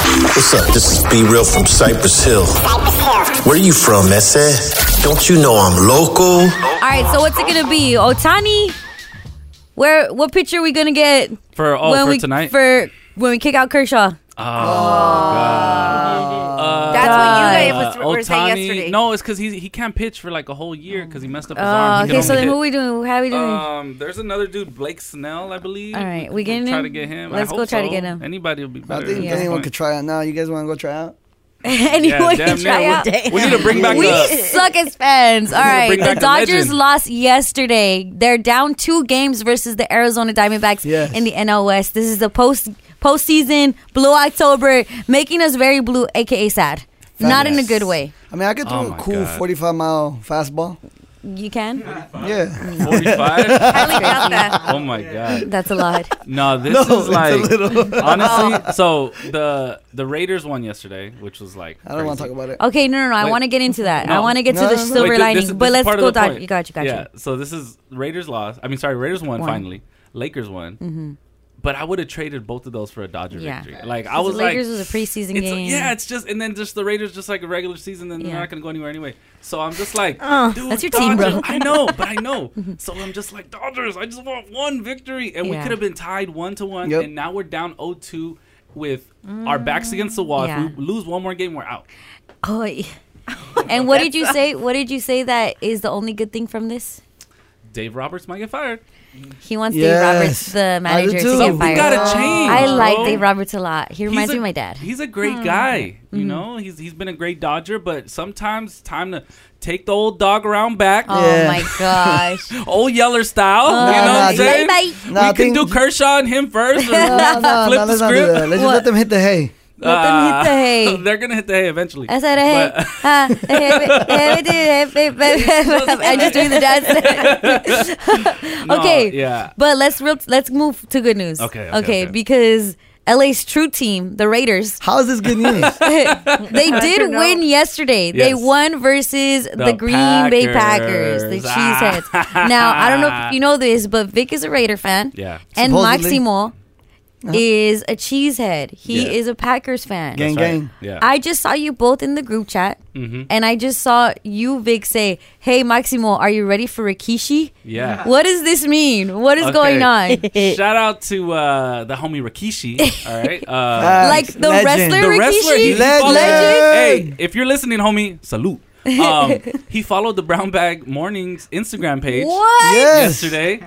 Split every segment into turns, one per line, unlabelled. What's up? This is Be Real from Cypress Hill. Where are you from, Messe? Don't you know I'm local?
All right, so what's it gonna be? Otani? Where? What picture are we gonna get
For oh
when
for
we
tonight.
for when we kick out Kershaw?
That's what you guys
Uh,
was, were saying
Ohtani-
yesterday.
No, it's because he he can't pitch for like a whole year because he messed up his
Oh,
arm. He
okay.
can
So
only
then, who we
hit-
doing? How we doing?
Um, there's another dude, Blake Snell, I believe.
All right, we
could
getting
try
him?
to get him. I
Let's go
hope
try to
so.
get him.
Anybody will be better.
I think
Yeah.
anyone could try out now. You guys want to go try out?
Anyone
damn
can
near.
try
We-
out.
we need to bring back
We
the-
suck as fans. All right,
bring
the
back the
Dodgers
legend.
lost yesterday. They're down two games versus the Arizona Diamondbacks
Yes.
in the NL West. This is the post postseason blue October, making us very blue, aka sad. Not in a good way.
I mean, I could
Oh
throw
my
a cool
God.
45 mile fastball.
You can.
Yeah.
45.
I really doubt that.
oh my god.
That's a lot. Oh.
No, this
No, it's
is
a
like
little-
honestly. So the the Raiders won yesterday, which was like
I don't want to
crazy.
talk about it.
Okay, no, no, no. I
Wait.
want to get into that. I
No.
want to get
No,
to the
no, no.
silver
Wait, thi-
lining.
this is-
but
this is
let's
part of
go.
the
Dod-
point.
you got you. Got
yeah.
you.
So this is Raiders lost. I mean, sorry, Raiders won,
Won. Mm-hmm.
finally. Lakers won. But I would have traded both of those for a Dodger
Yeah.
victory. Like I was
the Lakers
like,
was a preseason
it's-
game.
Yeah, it's just and then just the Raiders just like a regular season, then
Yeah. Oh,
they're not gonna go anywhere anyway. So I'm just like, dude,
that's your team, bro. Mm-hmm.
Dodgers- I know, but I know. So I'm just like Dodgers. I just want one victory, and we
Yeah.
could have been tied one to one,
Yep.
and now we're down 0-2 with our backs against the wall.
Mm, yeah.
If we lose one more game, we're out.
Oh, yeah. and what did you say? What did you say that is the only good thing from this?
Dave Roberts might get fired.
He wants
Yes.
Dave Roberts,
I
the
do
manager, to
too.
get
We
fired.
gotta change,
I like
bro.
Dave Roberts a lot. He
He's
reminds
a-
me of my dad.
He's a great
Hmm.
guy. You know, he's he's been a great Dodger, but sometimes it's time to take the old dog around back.
Oh
Yeah.
my gosh. Oh,
Old Yeller style, you
Nah,
know what
nah,
I'm saying?
bye-bye.
Nah, I
we can
think-
do Kershaw and him first. and
No, no,
flip
no,
the
let's not do
script. Uh,
that. Let's just
What?
let them hit the hay.
Let them hit the hay.
They're gonna hit the hay eventually.
I said, hey,
But-
ah, hey, hey, hey, hey, hey, hey, hey. I'm just doing the dance.
No,
okay,
yeah.
but let's real, let's move to good news.
Okay,
okay,
okay, okay.
because LA's true team, the Raiders,
How is this good news?
they did
don't know.
win yesterday. They
Yes.
won versus the, Green Bay Packers, the
Packers. Ah.
Cheeseheads. Now, I don't know if you know this, but Vic is a Raider fan.
Yeah.
And
Supposedly. Uh-huh.
Maximo is a Cheesehead. He
Yeah.
is a Packers fan.
Gang,
That's
gang.
Yeah. Mm-hmm.
I just saw you both in the group chat, and I just saw you, Vic, say, "Hey, Maximo, are you ready for Rikishi?"
Yeah.
What does this mean? What is
Okay.
going on?
Shout out to uh, the homie Rikishi. All right. Uh,
like the
Legend.
wrestler
the
Rikishi.
wrestler. He, he
Legend.
followed-
Legend.
Hey, if you're listening, homie, salute. Um, he followed the Brown Bag Mornings Instagram page
What?
Yes.
yesterday,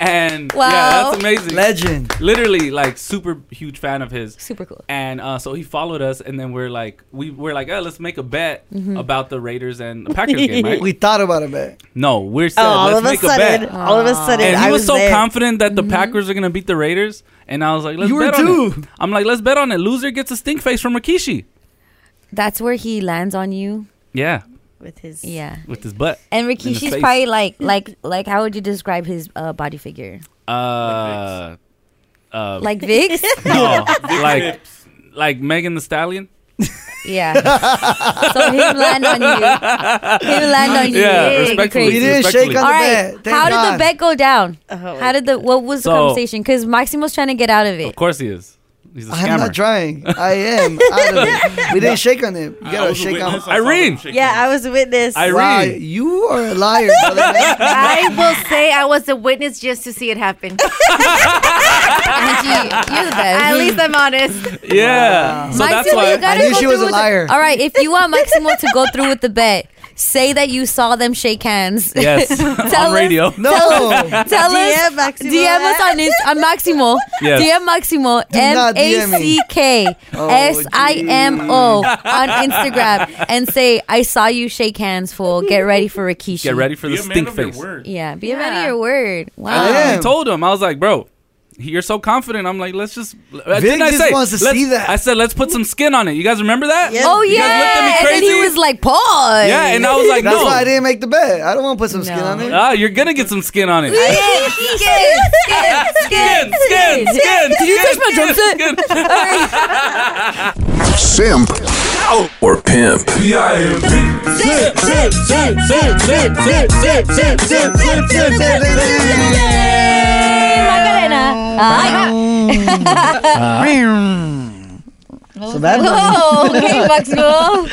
and yeah,
Wow.
that's amazing.
Legend.
Literally, like, super huge fan of his.
Super cool.
And uh, so he followed us, and then we're like, we we're like, oh, let's make a bet
Mm-hmm.
about the Raiders and the Packers game, right?
We thought about it, man.
no, we're
Oh,
said,
all
let's
of a
make a
sudden,
bet.
all of a sudden,
And
I
he was,
was,
so
there.
confident that the Packers are gonna beat the Raiders, and I was like, let's
Mm-hmm. You were
bet on
too.
it. I'm like, let's bet on it. Loser gets a stink face from Rikishi.
That's where he lands on you.
Yeah,
with his.
Yeah.
with his butt.
And
in his
Rikishi's
face.
probably like like like how would you describe his uh, body figure?
uh, uh,
Like Vic's?
no, like like Megan the Stallion.
yeah. So him land on you. Him land on you.
Yeah,
You're
respectfully.
We
crazy.
didn't
Respectfully.
shake on
All
the
right.
bet. Thank
How did the
God.
bet go down?
my
How did the what was the
So-
conversation? Because Maximo's trying to get out of it.
Of course he is. He's a scammer.
I'm not trying. I am. Out of it. We didn't shake on it. You
I
gotta
was a
shake on
witness. I saw them
Irene.
shaking.
Yeah, I was a witness.
I-
Wow,
Irene.
you are a liar. brother.
I will say I was a witness just to see it happen.
Angie, you're the best.
At least I'm honest.
Yeah. So that's
Maximo, you
why.
gotta
I knew
go
she was
through
a
with
liar.
The, all right, if you want Maximo to go through with the bet, say that you saw them shake hands.
Yes.
Tell
on
us-
radio.
No.
Tell us,
DM Maximo
DM us
that.
on, Inst- on Maximo.
Yes.
DM Maximo M
not
A
DM me. Oh,
C K S I M O on Instagram and say I saw you shake hands. Fool, get ready for Rikishi.
Get ready for
Be
the
a man
stink
of your
face.
word.
Yeah, be a man
Yeah.
of your word.
I
Wow.
Yeah.
literally
Damn.
told him. I was like, bro. You're so confident. I'm like, let's just. Vic I
just
say,
wants to
let's-
see that.
I said, let's put some skin on it. You guys remember that?
Yeah.
Oh
You guys looked
yeah,
at me
and then he
crazy?
was like, "Pause."
Yeah, and I was like,
That's
no.
why I didn't make the bet. I don't want to put some skin
No.
on it.
Ah, you're gonna get some skin on it.
Skin, skin, skin,
Skin, skin, skin.
Did you
skin,
touch my drum set?
skin, skin.
All right.
Simp or pimp.
Macarena. Ay.
Uh, So Bad Bunny,
Oh, okay, Maxwell.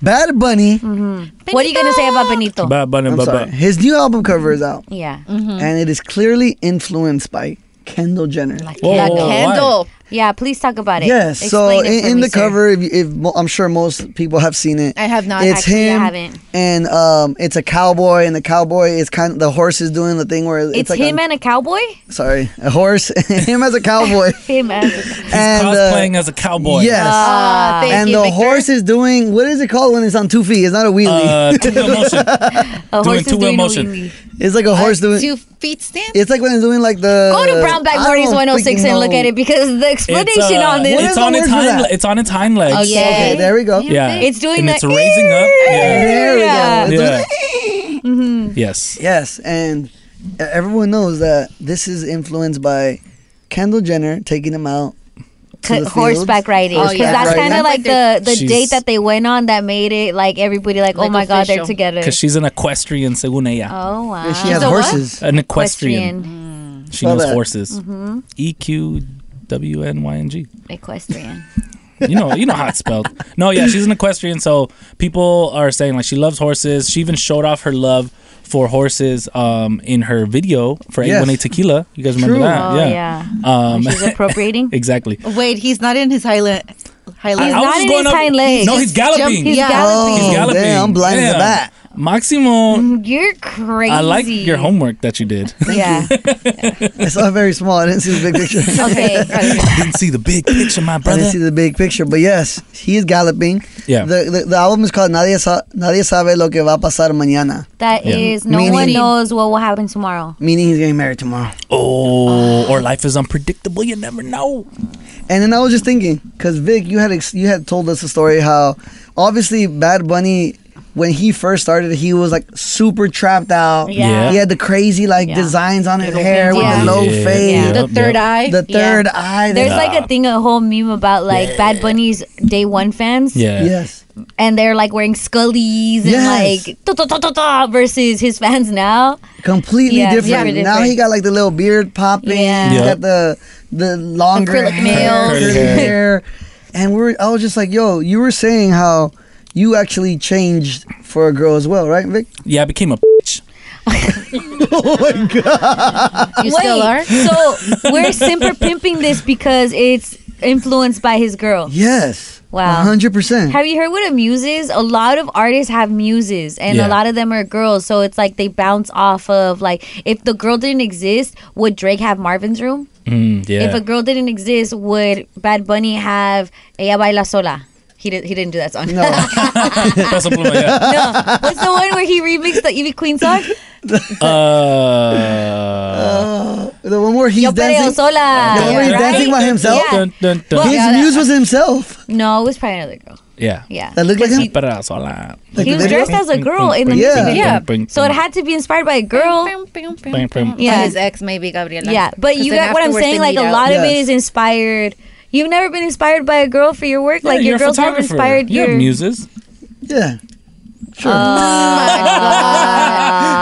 Bad Bunny,
What are you gonna say about Benito?
Bad Bunny,
I'm
bad
sorry,
Bunny.
his new album cover is out,
yeah,
and it is clearly influenced by Kendall Jenner.
Whoa,
Yeah,
whoa, whoa, why?
Kendall. yeah. Please talk about it.
Yes, so
Explain it
in,
for
in
me,
the
sir.
cover, if, you- if mo- I'm sure most people have seen it,
I have not.
It's
Actually, I
him
haven't.
and um, it's a cowboy, and the cowboy is kind of the horse is doing the thing where it's,
it's,
like
him
a,
and a cowboy.
sorry, a horse, him as a cowboy,
Him as a
and uh,
Cosplaying as a cowboy.
yes,
Ah,
Uh, thank
and
you,
the
Victor.
horse is doing what is it called when it's on two feet? It's not a wheelie.
Uh, two-wheel motion.
a horse is
two-wheel
doing a
motion.
wheelie.
it's like a horse doing.
Two feet stand?
it's like when it's doing like the.
Go to Brown Bag
I
Morty's
don't
106
freaking
and look
know.
at it because the
It's,
explanation
uh,
on
What
this.
is
It's
the
on
word
its
for
hind.
that?
It's on its hind legs.
Okay.
Okay, there we go.
Yeah.
Oh, It's doing
and
the
It's raising up. Yeah.
There we
Yeah. Mm-hmm.
go. It's
yeah.
like-
Yes.
yes, and everyone knows that this is influenced by Kendall Jenner taking him out.
c-
the
horseback riding
fields.
because
Horseback
that's
riding.
kind of
That's
like the the
She's-
date that they went on that made it like everybody like, oh
Like
my god they're
official.
together.
Because she's an equestrian, según ella.
Oh wow.
And she has
a what?
horses.
An equestrian.
Equestrian.
She
Spell
knows
that.
horses.
Mm-hmm.
E Q W N Y N G.
Equestrian.
You know, you know how it's spelled. No, yeah, she's an equestrian, so people are saying like she loves horses. She even showed off her love for horses um, in her video for
Yes.
818 Tequila. You guys
True.
remember that?
Oh yeah.
Um,
She's appropriating.
exactly.
Wait, he's not in his highland. Highland.
I was
not
just
in
going
his
up-
hind legs.
No, he's galloping.
He's
Yeah.
galloping.
He's
Oh,
galloping.
damn, I'm blind as a
Yeah.
bat.
Maximo,
You're Mm-hmm. crazy.
I like your homework that you did.
Yeah.
I saw it very small. I didn't see the big picture.
Okay.
Didn't see the big picture, my
I didn't
brother.
see the big picture, but yes, he is galloping.
Yeah.
The, the, the album is called Nadie, Sa- Nadie Sabe Lo Que Va a Pasar Mañana,
That is
Yeah.
no
Meaning-
one knows what will happen tomorrow.
meaning he's getting married tomorrow.
Oh, or life is unpredictable. You never know.
And then I was just thinking, because Vic, you had ex- you had told us a story how obviously Bad Bunny, when he first started, he was like super trapped out.
Yeah.
Yeah.
He had the crazy like designs on his hair with
Yeah.
the low
Yeah.
fade,
The third eye.
the third eye.
There's
the-
like a thing, a whole meme about like Bad Bunny's day one fans,
Yeah.
yes.
and they're like wearing scullies and
Yes.
like da, da, da, da, da, versus his fans now.
completely
Yeah,
different.
yeah, different.
Now he got like the little beard popping.
Yeah.
He's
Yeah.
got the the longer
Acrylic
hair,
nails.
curly
Curly
hair. And we were, I was just like, yo, you were saying how you actually changed for a girl as well, right, Vic?
Yeah, I became a bitch.
Oh
You still are?
So we're simper pimping this because it's influenced by his girl.
Yes.
Wow.
100%.
Have you heard what a muse is? A lot of artists have muses, and
Yeah.
a lot of them are girls. So it's like they bounce off of like if the girl didn't exist, would Drake have Marvin's room?
Mm, yeah.
If a girl didn't exist, would Bad Bunny have Ella Baila Sola? He, did, he didn't do that song.
no.
Peso Pluma, Oh, yeah.
What's the one where he remixed the Evie Queen song?
Uh,
the one where he's
Yo Pereo
dancing.
Sola.
The one where he's
right?
dancing by himself.
Yeah.
dun, dun, dun.
His
yeah.
muse was himself.
No, it was probably another girl.
yeah.
Yeah.
That looked like him.
But I was all like,
Like
he
the
was
video?
dressed as a girl in the
Yeah.
music video.
Yeah. Bing, bing,
So it
bing.
had to be inspired by a girl.
Bam, bam.
Yeah.
His ex, maybe, Gabriela.
Yeah, but
'Cause
you
then
got what I'm
afterwards
saying.
they
Like
meet
a
out.
lot of it
Yes.
is inspired. You've never been inspired by a girl for your work. Like your
Yeah, you're a
girls never
photographer.
inspired
You have
your.
muses.
Yeah.
Oh
Sure.
Uh,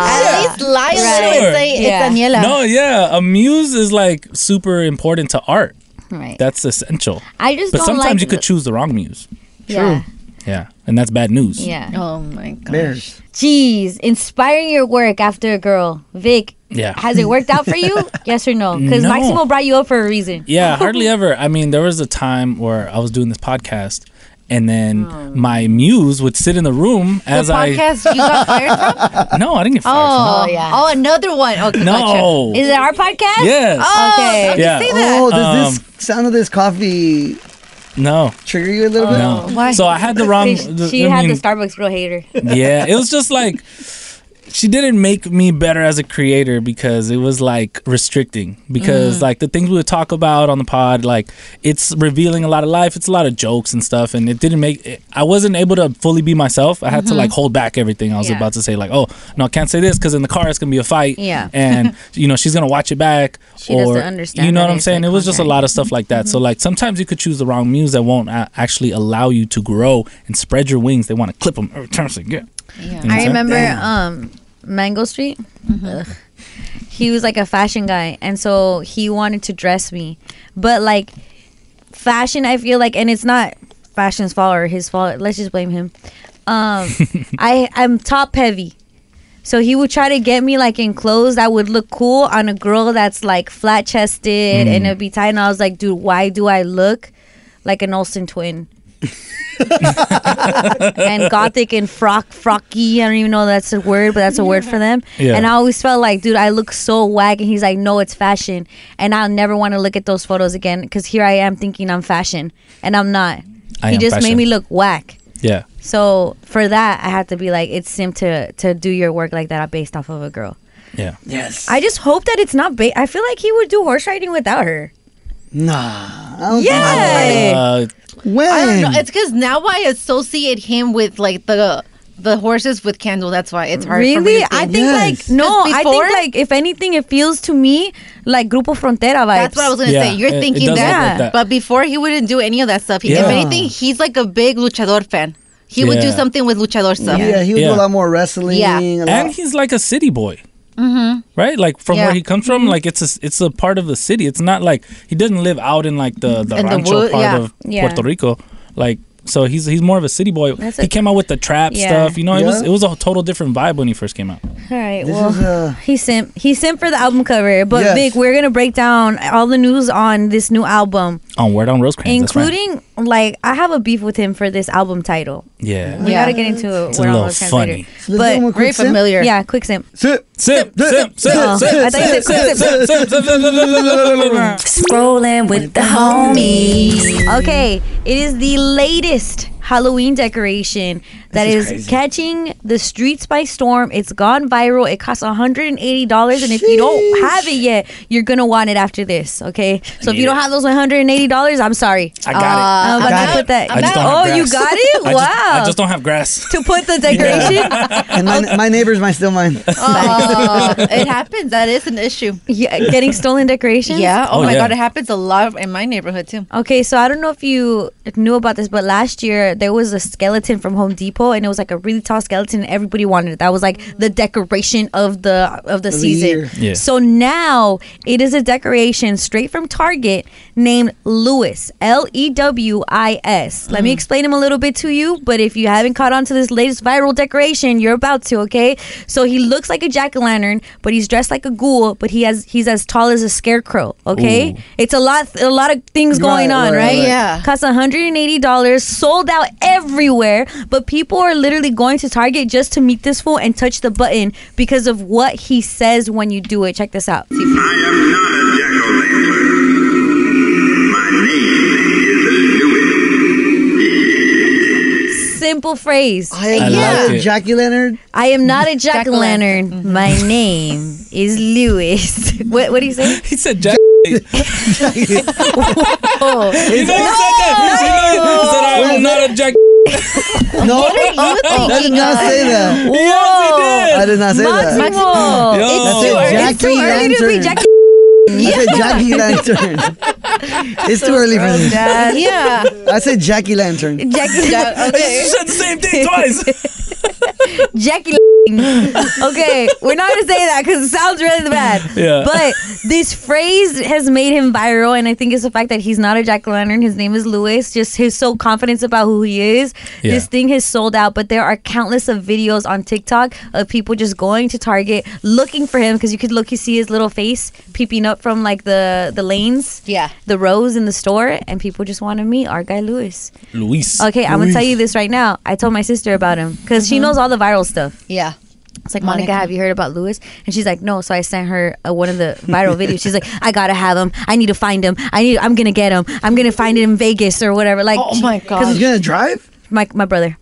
At least Lyle
Right.
would say
Yeah.
it's Daniela.
No, yeah, a muse is like super important to art.
Right.
That's essential.
I just
But
don't
sometimes
like
you could
the-
choose the wrong muse.
Yeah.
Yeah, and that's bad news.
Yeah.
Oh my god.
Bears.
Jeez, inspiring your work after a girl, Vic.
Yeah.
Has it worked out for you? yes or no? Because
No.
Maximo brought you up for a reason.
Yeah, hardly ever. I mean, there was a time where I was doing this podcast, and then
Oh.
my muse would sit in the room as
the
I.
podcast you got fired from?
No, I didn't get fired. from
Oh,
yeah.
Oh, another one. Okay.
it.
Gotcha.
No.
Is it our podcast?
yes.
Oh.
Okay.
yeah. Um,
Oh, does this sound of this coffee
No.
trigger you a little bit?
Oh,
No. So I had the wrong. the-
She
I
had
mean,
the Starbucks girl hater.
yeah, it was just like she didn't make me better as a creator because it was like restricting because
Mm.
like the things we would talk about on the pod like it's revealing a lot of life it's a lot of jokes and stuff and it didn't make it, i wasn't able to fully be myself i had to like hold back everything i was
Mm-hmm. Yeah.
about to say like oh no i can't say this because in the car it's gonna be a fight
Yeah.
and you know she's gonna watch it back
She doesn't understand
you know
that
what i'm
it's,
saying
like, Mm-hmm.
it was just a lot of stuff like that so like sometimes you could choose the wrong muse that won't a- actually allow you to grow and spread your wings they want to clip them every time so, yeah
I remember um Mango Street. Ugh. He was like a fashion guy and so he wanted to dress me. But like fashion, I feel like, and it's not fashion's fault or his fault. Let's just blame him. Um, I I'm top heavy, so he would try to get me like in clothes that would look cool on a girl that's like flat chested and it'd be tight. And I was like, dude, why do I look like an Olsen twin? and gothic and frock frocky. I don't even know that's a word, but that's a word for them.
Yeah.
And I always felt like, dude, I look so wag. And he's like, no, it's fashion. And I'll never want to look at those photos again because here I am thinking I'm fashion, and I'm not.
I
he
am
just made
fashion.
me look whack.
Yeah.
So for that, I had to be like, it's sim to to do your work like that based off of a girl.
Yeah.
Yes.
I just hope that it's not. Ba- I feel like he would do horse riding without her.
nah. I don't think
Yeah.
Uh,
so. When?
I don't know. It's because now I associate him with like the the horses with candle. That's why it's hard. For me
Really?
to
I
think.
think
Yes.
like no,
Because
I
before-
think like if anything it feels to me like Grupo Frontera vibes.
That's what I was gonna
Yeah,
say. You're
it- it
thinking
does look
that,
like that.
but before he wouldn't do any of that stuff. He,
Yeah.
If anything, he's like a big luchador fan. He would do
Yeah.
something with luchador stuff.
yeah, he would
Yeah.
do a lot more wrestling.
Yeah. Mm-hmm.
a lot-
and he's like a city boy right like from
Yeah.
where he comes
Mm-hmm.
from like it's a it's a part of the city it's not like he doesn't live out in like the the
In the
rancho
wood-
part
yeah.
of
Yeah.
puerto rico like so he's he's more of a city boy
That's
he
a-
came out with the trap
Yeah.
stuff you know it was
Yeah.
it was a total different vibe when he first came out
All right.
This
well,
is, uh,
he sent he sent for the album cover, but
Yes.
Vic, we're gonna break down all the news on this new album,
on word on rosecrans that's right.
including like I have a beef with him for this album title.
yeah
We
Yeah.
gotta get into it.
it's a little funny
let's give him a
But
quick
Very
sip.
familiar.
yeah, quick simp.
Sip.
Sip, sip, sip,
Oh,
sip,
I thought you said
sip,
quick sip.
sip, sip, sip, sip, sip, sip, sip.
Scrolling with the homies. Okay, it is the latest Halloween decoration that
This is
is,
crazy.
catching the streets by storm. It's gone viral. It costs $180, and if you don't have it yet, you're gonna want it after this. Okay, so if you don't have those $180, I'm sorry. Uh,
i got
I'm about
got
to
it.
put that.
I just don't
oh,
have
you
grass.
got it!
it I
wow.
just- i just don't have grass
to put the decoration.
And my, my neighbors might steal mine.
Oh, it happens. That is an issue.
Yeah, getting stolen decorations.
Yeah. Oh,
Oh,
my
yeah.
god, it happens a lot in my neighborhood too.
Okay, so I don't know if you knew about this, but last year there was a skeleton from Home Depot, and it was like a really tall skeleton, and everybody wanted it. That was like the decoration of the of the
the
season.
year.
Yeah.
So now it is a decoration straight from Target named Lewis L E W I S. Let me explain him a little bit to you, but if you haven't caught on to this latest viral decoration, you're about to. Okay, so he looks like a jack o' lantern, but he's dressed like a ghoul, but he has he's as tall as a scarecrow. Okay,
Ooh.
it's a lot a lot of things going
Right,
on,
right,
right?
Yeah.
right.
Costs $180, sold out everywhere, but people are literally going to Target just to meet this fool and touch the button because of what he says when you do it. Check this out.
I am not a jack-o'-lantern. My name is Louis.
Simple phrase.
I am
I
not
like
a
it.
Jackie Leonard.
I am not a jack o' lantern. My
Mm-hmm.
name is Lewis. what, what do you say?
he said jack
Oh,
You know he said that. You know he said I'm not a jack.
No, Oh, I did not say that.
Yes,
I
he did.
did not say that.
Maximo.
Yo.
I
It's
said
too early.
Jackie
It's too early to be
Lantern.
Jack
I said Jackie Lantern. it's too early for this.
yeah.
I said Jackie Lantern.
Jackie.
He said the same thing twice.
Jackie. okay, we're not gonna say that because it sounds really bad.
Yeah.
But this phrase has made him viral, and I think it's the fact that he's not a jack o' lantern. His name is Lewis. Just his so confidence about who he is.
Yeah.
This thing has sold out, but there are countless of videos on TikTok of people just going to Target looking for him because you could look, you see his little face peeping up from like the the lanes,
Yeah.
the rows in the store, and people just want to meet our guy Lewis.
Luis.
Okay, I'm gonna tell you this right now. I told my sister about him because she knows all the viral stuff.
Uh-huh. Yeah.
It's like Monica,
Monica.
have you heard about Lewis? And she's like, no. So I sent her uh, one of the viral videos. She's like, I gotta have him. I need to find him. I need. I'm gonna get him. I'm gonna find it in Vegas or whatever. Like,
Oh
she-
my
'cause
He's gonna drive?
my my brother.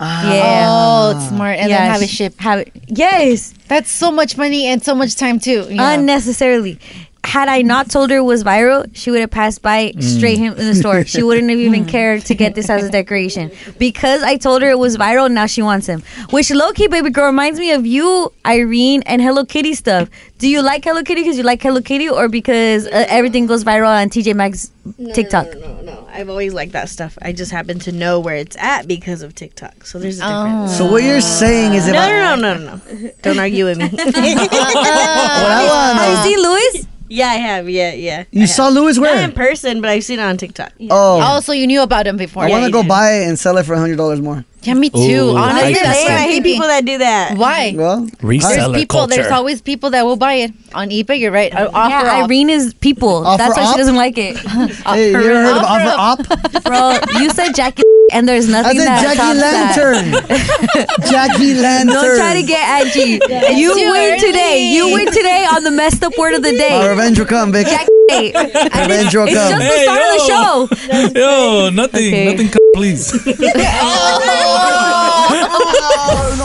yeah.
Oh, it's smart. And then
Yeah,
have it
sh-
shipped.
Have it. Yes.
That's so much money and so much time too. Yeah.
unnecessarily. Had I not told her it was viral, she would have passed by straight him in the store. She wouldn't have even cared to get this as a decoration. Because I told her it was viral, now she wants him. Which low key, baby girl, reminds me of you, Irene, and Hello Kitty stuff. Do you like Hello Kitty because you like Hello Kitty or because uh, everything goes viral on TJ Maxx TikTok?
No, no, Oh, I've always liked that stuff. I just happen to know where it's at because of TikTok. So there's a difference.
So what you're saying is if
No, no, no,
I,
no, no, no. Don't argue with me.
what I wanna
Oh, you see, Louis?
Yeah, I have. Yeah, yeah.
You
I
saw
have.
Louis where?
Not in person, but I've seen it on TikTok.
Oh.
Oh, so you knew about him before?
I want to go buy it and sell it for hundred dollars more.
Yeah, me too.
Ooh,
Honestly,
like
that's
that.
what I'm
I hate
thinking.
people that do that.
Why?
Well,
There's
Reseller
people.
culture.
There's always people that will buy it on eBay. You're right. Uh, Offer
yeah,
up.
Irene is people.
Uh,
Offer
That's why
up?
she doesn't like it.
hey, you ever heard of
Offer
offer
up.
up?
Uh, Bro, you said Jackie and there's
I
nothing
said
that
Jackie
tops that.
Lantern. Jackie Lantern.
Don't try to get at G. You
Too
win today.
early.
You win today on the messed up word of the
My
day.
revenge will come, Vic.
Hey,
Revenge will
It's just
come.
the
Hey,
start of the show.
Yo, nothing,
Okay.
nothing, c- please.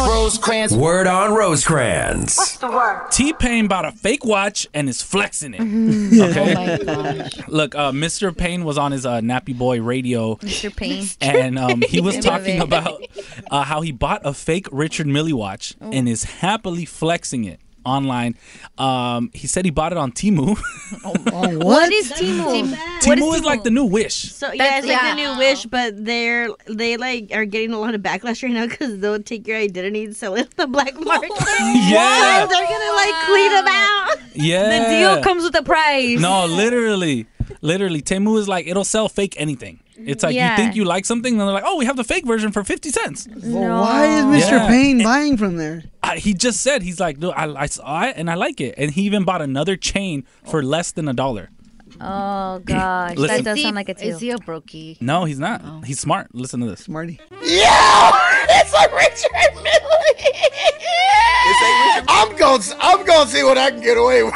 Rosecrans.
Word on Rosecrans.
T Pain bought a fake watch and is flexing it.
Oh
Okay,
my gosh.
look, uh, Mr. Payne was on his uh, Nappy Boy radio,
Mr. Payne.
and um, he was
Love
talking
it.
about uh, how he bought a fake Richard Millie watch and is happily flexing it online. Um, he said he bought it on Timu.
Ah.
What is Timu? What
Timu is like the new Wish.
So yeah,
That's-
it's like
yeah.
the new wish, but they're they like are getting a lot of backlash right now because they'll take your identity and sell it on the black market.
Yeah.
they're gonna like clean them out.
Yeah,
The deal comes with a price.
No, literally, literally, Temu is like it'll sell fake anything. It's like
Yeah.
you think you like something, and they're like, "Oh, we have the fake version for fifty cents."
But why is Mr.
Yeah.
Payne buying from there?
I, he just said he's like, "No, I, I saw it and I like it," and he even bought another chain for less than a dollar.
Oh gosh,
Listen.
that does
Is he-
sound like a
Is he
deal.
a brokey?
No, he's not.
Oh.
He's smart. Listen to this.
Marty.
I'm gonna, I'm gonna see what I can get away with.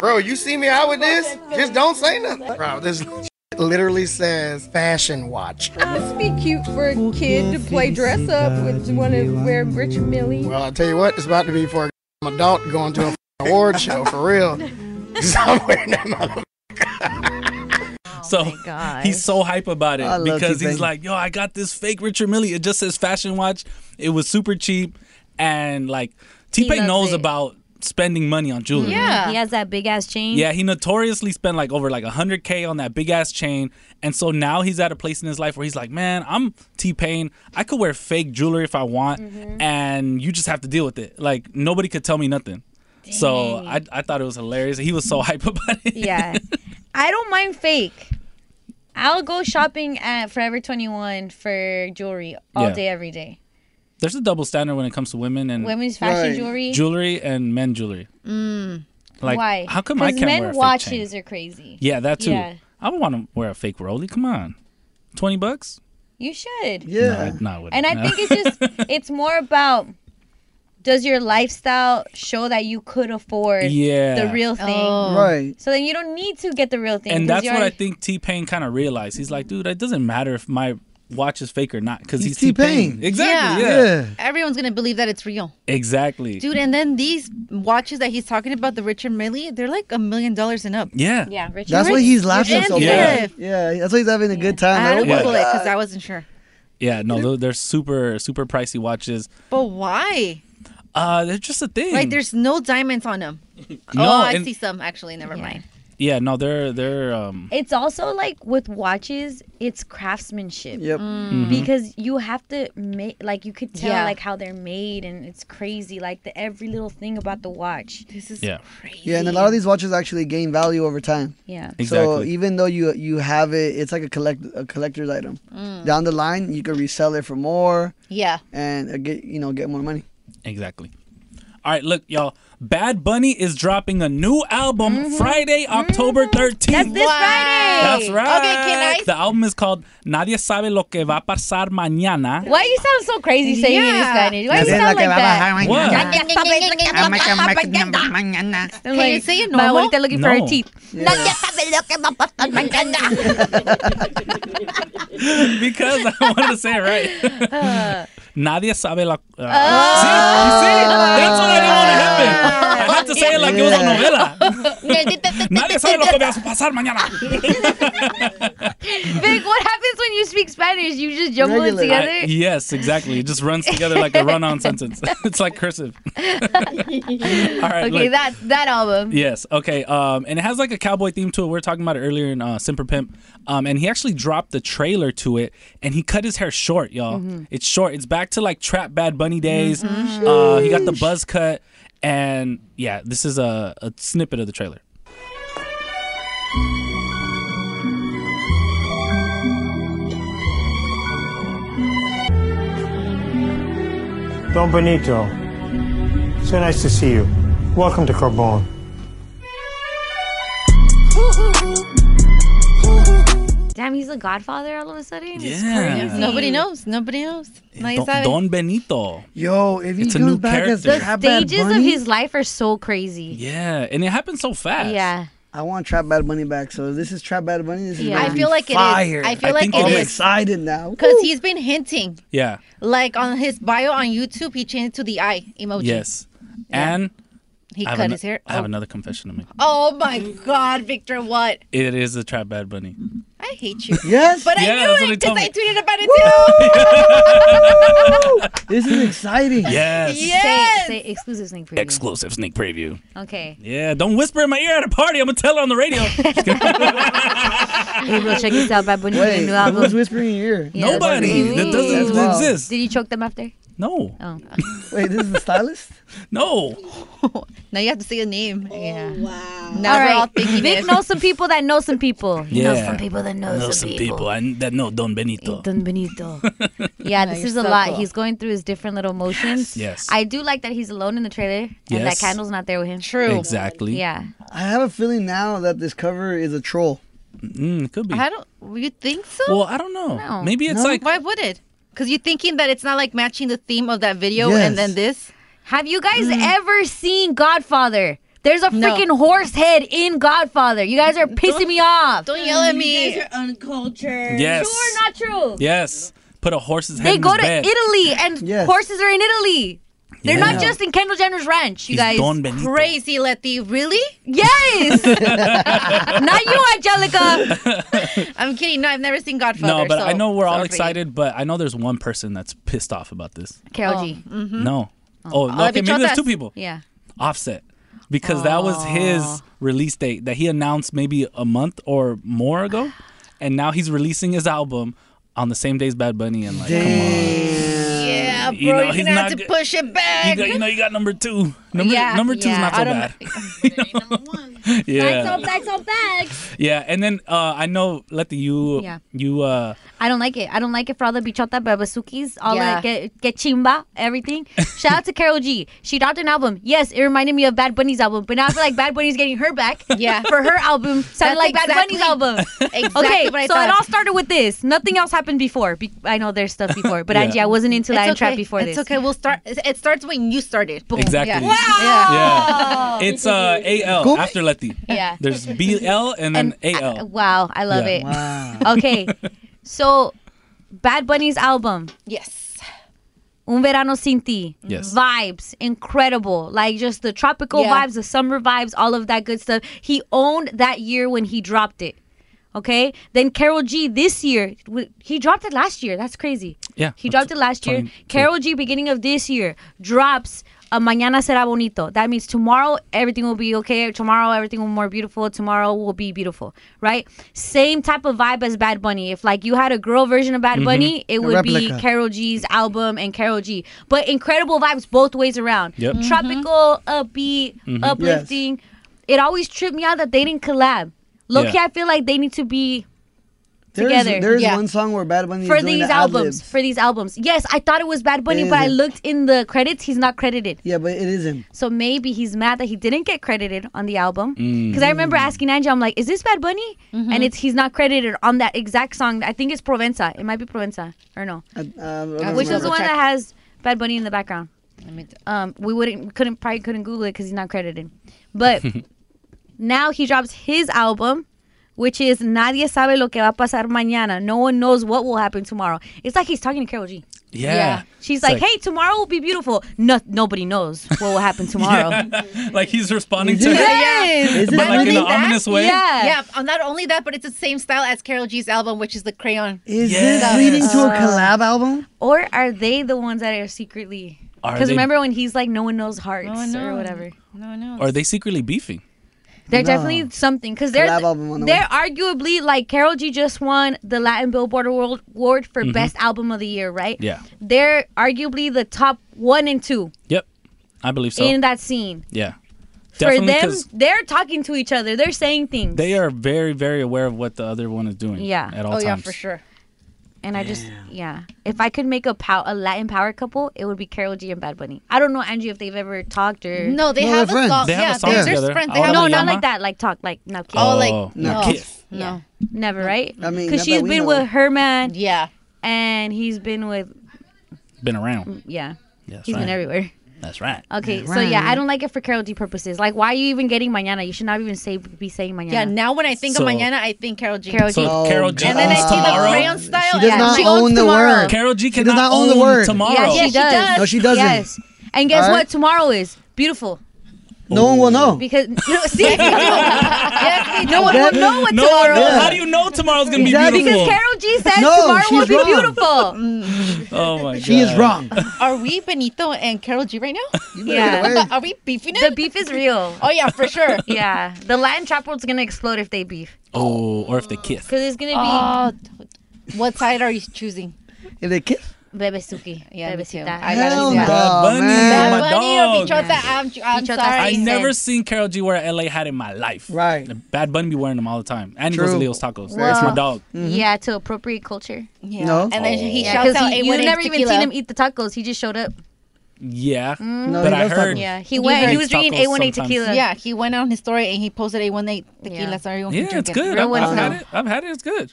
Bro, you see me out with this? Just don't say nothing. Bro, this literally says fashion watch.
Must be cute for a kid to play dress up with one of wear Rich Millie.
Well, I tell you what, it's about to be for a adult going to a award show for real. Somewhere in that mother-
Oh
so he's so hype about
I
it
love
because he's
T-Pain.
like, "Yo, I got this fake Richard Millie. It just says fashion watch. It was super cheap, and like T Pain
loves
knows
it.
about spending money on jewelry.
Yeah.
He has that big ass chain.
Yeah, he notoriously spent like over like 100k on that big ass chain, and so now he's at a place in his life where he's like, man, I'm T Pain. I could wear fake jewelry if I want,
Mm-hmm.
and you just have to deal with it. Like nobody could tell me nothing. So I, I thought it was hilarious. He was so hype about it.
Yeah. I don't mind fake. I'll go shopping at Forever 21 for jewelry all
Yeah.
day, every day.
There's a double standard when it comes to women and
Women's fashion
Right.
jewelry.
jewelry and men jewelry. Mm. Like
Why?
how come I
'Cause
can't
men
wear a fake
watches
chain?
are crazy.
Yeah, that too.
Yeah.
I would want to wear a fake Rolly. Come on, twenty bucks.
You should.
Yeah.
No, I- no, wouldn't.
And I
No.
think it's just it's more about does your lifestyle show that you could afford
Yeah.
the real thing?
Oh.
Right.
So then you don't need to get the real thing.
and
'cause
that's
you
what I
already-
think T Pain kind of realized. He's like, dude, it doesn't matter if my watch is fake or not because
He's
he's T Pain.
T-Pain.
Exactly. Yeah.
Yeah.
Everyone's gonna believe that it's real,
Exactly.
dude. And then these watches that he's talking about, the Richard Mille, they're like a million dollars and up.
Yeah.
Yeah, Richard.
That's why he's laughing so
Yeah.
bad. Yeah. That's why he's having a good time.
I had to
Like, oh my
Google it
God.
because I wasn't sure.
Yeah. No, they're, they're super super pricey watches.
But why?
Uh, they're just a thing.
Like, there's no diamonds on them.
No,
oh, I
and-
see some actually. Never mind.
yeah. No, they're they're um.
It's also like with watches, it's craftsmanship.
Yep.
Mm-hmm.
because you have to make like you could tell
Yeah.
like how they're made and it's crazy like the every little thing about the watch
This is
Yeah.
crazy.
Yeah, and a lot of these watches actually gain value over time.
yeah
So
Exactly.
even though you you have it, it's like a collect a collector's item.
Mm.
Down the line, you can resell it for more
Yeah.
and uh, get you know get more money.
exactly. All right, look, y'all. Bad Bunny is dropping a new album Friday, October
that's
13th.
this friday
That's right.
Okay, can I?
The album is called Nadie Sabe Lo Que Va a Pasar Mañana.
why you sound so crazy saying it in
Yeah.
spanish why you sound like that
What?
Can
you say it normal?
Ahorita looking for
No.
her teeth.
because I wanted to say it right. Nadia sabe la. Uh, see,
Oh.
you see, that's what I didn't want to happen. I had to say it like it was a
Yeah.
novela. Nadie sabe lo que va a pasar mañana.
Vic, what happens when you speak Spanish? You just jumble
Regular.
it together.
I- yes, exactly. It just runs together like a run-on sentence. it's like cursive. All right.
okay,
look.
that that album.
Yes. Okay. Um, and it has like a cowboy theme to it. We were talking about it earlier in uh, Simper Pimp. Um, and he actually dropped the trailer to it, and he cut his hair short, y'all.
Mm-hmm.
It's short. It's back to like trap Bad Bunny days. Uh, he got the buzz cut, and yeah, this is a, a snippet of the trailer.
Don Benito, so nice to see you. Welcome to Carbon.
Damn, he's a godfather all of a sudden. It's
Yeah. Eh,
crazy.
Nobody knows. Nobody knows. Nadie
Don,
sabe.
Don Benito.
Yo, if
he It's a comes new back as character.
Ah,
the
Trap Bad
stages of
Bunny?
his life are so crazy.
Yeah, and it happened so fast.
Yeah.
I want Trap Bad Bunny back. So if this is Trap Bad Bunny. This is
Yeah.
gonna
I
be
feel like it is.
fire.
I feel I like think it
I'm
is.
excited now.
Because he's been hinting.
Yeah.
Like on his bio on YouTube, he changed it to the eye emoji.
Yes.
Yeah.
And
He
I have
cut
ano-
his hair.
I have
Oh.
another confession to make.
Oh my God, Victor, what?
It is the Trap Bad Bunny.
I hate you.
Yes.
But
Yeah,
I
that's
knew
what he
it because
told
I
me.
tweeted about it too.
this is exciting.
Yes.
Yes.
Say, say exclusive sneak preview.
Exclusive sneak preview.
okay.
Yeah, don't whisper in my ear at a party. I'm gonna tell her on the radio.
Hey, bro, check this out. Bad Bunny made a new album.
who's whispering in your ear?
Yeah, that's
Nobody.
crazy.
That doesn't
That's wild.
exist.
Did you choke them after?
No.
Oh.
Wait, this is the stylist?
No.
now you have to say a name. yeah. Wow. Now
all
we're
right.
all thinking
Vic
it.
knows some people that know some people. He
Yeah.
knows some people that know,
know some people. I that know Don Benito.
Don Benito. Yeah,
No,
this
you're
is a
so
lot.
cool.
He's going through his different little motions.
Yes.
I do like that he's alone in the trailer and that
Yes.
candle's not there with him.
True.
Exactly.
Yeah.
I have a feeling now that this cover is a troll.
Mm, it could be.
I don't. You think so?
Well, I don't know.
No.
Maybe it's like
Why would it? Because you're thinking that it's not like matching the theme of that video and then this.
Have you guys ever seen Godfather? There's a freaking horse head in Godfather. You guys are pissing me off.
Don't yell at me.
You guys are uncultured.
Yes.
Sure, not true.
yes. Put a horse's head
They
in
go
his
to
bed.
Italy and
Yes.
horses are in Italy. They're
Yeah.
not just in Kendall Jenner's ranch, you
He's
guys.
Don Benito.
Crazy, Letty. Really?
Yes. not you, Angelica.
I'm kidding. No, I've never seen Godfather.
No, but
so
I know we're all
sorry.
excited. But I know there's one person that's pissed off about this.
Carol
Oh,
G.
mhm.
No. Oh, no,
All
okay,
the
maybe there's
bichotas.
two people.
Yeah.
Offset. Because that was his release date that he announced maybe a month or more ago. And now he's releasing his album on the same day as Bad Bunny. And like,
Yeah, bro.
You
You
know,
are
he's
gonna have
not
to
g-
push it
come on. You,
back.
got, you know, you got number two. Number,
Yeah,
number two's
yeah,
not so
I don't-
bad. You know? yeah.
That's all bags.
Yeah. And then uh, I know, Letty, you,
Yeah.
you, uh,
I don't like it. I don't like it for all the bichota babasukis, all
Yeah.
that get, get chimba, everything. Shout out to Carol G. She dropped an album. Yes, it reminded me of Bad Bunny's album, but now I feel like Bad Bunny's getting her back.
Yeah.
For her album, sounded
That's
like Bad
exactly-
Bunny's album.
Exactly
okay,
what I
so
thought.
it all started with this. Nothing else happened before. Be- I know there's stuff before, but
Yeah.
Angie, I wasn't into
It's
Latin trap
okay.
before
it's
this.
okay. We'll start. It starts when you started. Boom.
Exactly.
Yeah.
Wow. it's uh, AL, after Letty.
Yeah.
There's BL and then AL.
Wow, I love
Yeah.
it. okay, so Bad Bunny's album.
Yes.
Un Verano Sin Ti.
Yes.
Vibes, incredible. Like just the tropical
Yeah.
vibes, the summer vibes, all of that good stuff. He owned that year when he dropped it. Okay? Then Carol G this year, w- he dropped it last year. That's crazy.
Yeah,
He dropped it last year. Carol G beginning of this year drops a Mañana será bonito. That means tomorrow everything will be okay. Tomorrow everything will be more beautiful. Tomorrow will be beautiful, right? Same type of vibe as Bad Bunny. If like you had a girl version of Bad
Mhm.
Bunny, it
A
would be
replica.
Carol G's album and Carol G. But incredible vibes both ways around.
Yep. Mhm.
Tropical, upbeat,
Mhm. Yes.
uplifting. It always tripped me out that they didn't collab. Low key,
Yeah.
I feel like they need to be
There's,
together.
there's
Yeah
one song where Bad Bunny
for
is doing
these
the
albums.
ad-libs.
For these albums, yes, I thought it was Bad Bunny,
It
but I
isn't.
looked in the credits. He's not credited.
Yeah, but it is him.
So maybe he's mad that he didn't get credited on the album.
Mm.
Because I remember asking Angie, I'm like, "Is this Bad Bunny?" And it's he's not credited on that exact song. I think it's Provenza. It might be Provenza or no,
Uh, um, don't
which is
remember.
the one
Check.
that has Bad Bunny in the background.
Let me
Um, we wouldn't we couldn't probably couldn't Google it because he's not credited, but now he drops his album which is Nadie sabe lo que va a pasar mañana. No one knows what will happen tomorrow. It's like he's talking to Carol G.
Yeah. Yeah.
She's
It's
like,
like-
hey, tomorrow will be beautiful. No, nobody knows what will happen tomorrow.
Yeah. Like he's responding to
Yes!
it,
Is it
but like in
really
an
that?
ominous way.
Yeah.
Yeah. uh, Not only that, but it's the same style as Carol G's album, which is the crayon.
Is
Stuff.
this leading to a collab album?
Or are they the ones that are secretly?
Are
Because
they-
remember when he's like, no one knows hearts or
knows.
whatever.
No, no.
Or are they secretly beefing?
They're
No.
definitely something because they're
Collab album on the
they're arguably like Carol G just won the Latin Billboard World Award for
Mhm.
Best Album of the Year, right?
Yeah.
They're arguably the top one and two
Yep. I believe so.
in that scene.
yeah.
for
Definitely,
them,
'cause-
they're talking to each other. They're saying things.
They are very, very aware of what the other one is doing.
Yeah.
At all times.
sure. And I just yeah, if I could make a pow- a Latin power couple, it would be Carol G and Bad Bunny. I don't know Angie if they've ever talked or
No, they No, have they're a song- friends.
They have a yeah, song they're- they're together. friends. They
no,
have a
not
llama.
like that. Like talk, like no kiss.
Oh, like, Oh, no no. kiss.
No, never right. I
mean,
because
not
she's
that we
been
know.
with her man. Yeah, and he's been with
Been around.
Mm, yeah.
Yeah, that's
he's
right.
been everywhere.
That's right.
Okay, so yeah, I don't like it for Carol G purposes. Like, why are you even getting mañana? You should not even say be saying mañana. Oh,
Yeah, now when I think
So-
of Mañana, I think Carol G.
Carol
So
G.
Carol G
And then I
owns
see the
tomorrow.
crayon style.
She does
and
not
she
own
owns
the
tomorrow.
word.
Carol G
She does
cannot
not own the
own
word.
tomorrow.
Yes,
Yeah,
she
she
does.
does.
No, she doesn't.
Yes. And guess
All right.
what? Tomorrow is beautiful.
No one will know.
Because no, see, yes, no one will
That-
know what
No one
tomorrow.
knows.
is.
How do
you know tomorrow's gonna be
Exactly.
beautiful?
Because Carol G says
No,
tomorrow will
she's
be
wrong.
Mm,
beautiful.
Oh my god.
She is wrong.
Are we Benito and Carol G right now?
Yeah. get away.
Are we beefing
it? The beef is real.
Oh yeah, for sure.
yeah, the Latin trap world's gonna explode if they beef.
Oh, or if they kiss.
Cause it's gonna be
what side are you choosing?
If they kiss.
Bebesuki. Yeah, Bebesita.
I gotta
Hell
do that.
no, Bad Bunny, man.
Bad
my
Bunny or
dog.
Bichota? I'm, I'm
Bichota
sorry. Mm-hmm.
I never seen Carol G wear a LA hat in my life. Right. Bad Bunny be wearing them all the time. And he goes to
True.
Leo's Tacos.
Well,
That's my dog.
Mm-hmm.
Yeah, to appropriate culture. Yeah.
No. And then he
Yeah,
shouts
'cause
out, "Hey,
you
what is
never even
tequila?"
seen him eat the tacos. He just showed up.
Yeah.
No,
but
he
I
loves
heard.
tacos. Yeah, he went- he was drinking
tacos
818
sometimes.
tequila.
Yeah, he went on his story and he posted a one night tequila. Yeah. Sorry, everyone can
Yeah,
drink
it's
it.
good. I've,
Everyone
I've
can
had
know.
it. I've had it. It's good.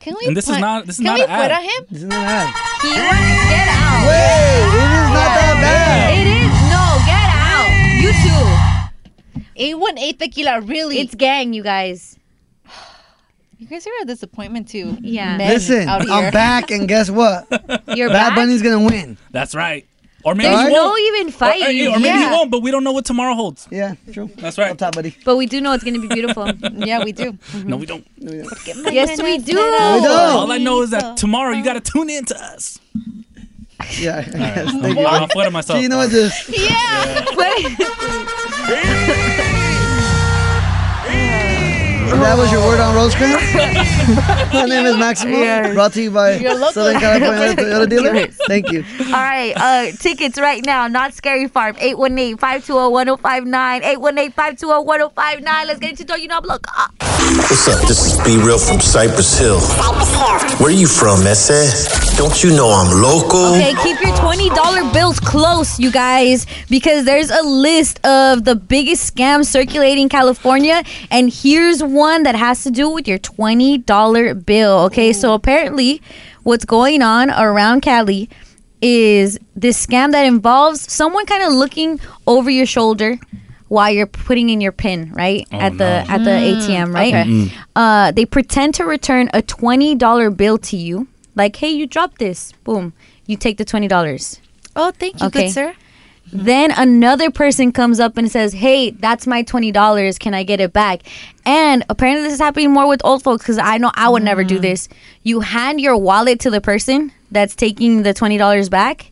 Can
And this is
put-
not- this is
can
not
we
an ad.
put on him?
This is not an ad.
He wants get out.
Wait, it is not that
It
bad.
is no get out. You too.
Eight one eight tequila. Really,
it's gang, you guys.
You guys are a disappointment too.
Yeah.
men
Listen,
out here.
I'm back, and guess what?
You're
Bad
back?
Bunny's gonna win.
That's right. Or maybe
There's
he
no
won't.
even
Or- or-
fighting.
Or, maybe he
Yeah.
won't, but we don't know what tomorrow holds.
Yeah, true.
That's right.
Top buddy.
But we do know it's gonna be beautiful.
yeah, we do.
No, we don't.
Yes, we do.
All I know is
Oh.
that tomorrow you got to tune in to us.
Yeah.
I'm off of myself.
Do you know what this?
Yeah.
That was your word on Rose Cream? My name is Maximo. Brought to you by
Your local-
Southern California Toyota dealer.
Yes.
Thank you.
All right, uh, tickets right now. Not Scary Farm. 818-520-1059. 818-520-1059. Let's get into You know, Ah. look.
What's up? This is Be Real from Cypress Hill. Where you from, Ese? Don't you know I'm local?
Okay, keep your $20 bills close, you guys, because there's a list of the biggest scams circulating in California, and here's one that has to do with your $20 bill. Okay, so apparently, what's going on around Cali is this scam that involves someone kind of looking over your shoulder while you're putting in your pin, right? at the at the
Hmm.
ATM, right?
okay. Mm.
Uh, they pretend to return a twenty dollar bill to you, like, "Hey, you dropped this." Boom, you take the twenty dollars.
Oh, thank you, good sir.
Then another person comes up and says, "Hey, that's my twenty dollars. Can I get it back?" And apparently, this is happening more with old folks because I know I would never
Mm.
do this. You hand your wallet to the person that's taking the twenty dollars back,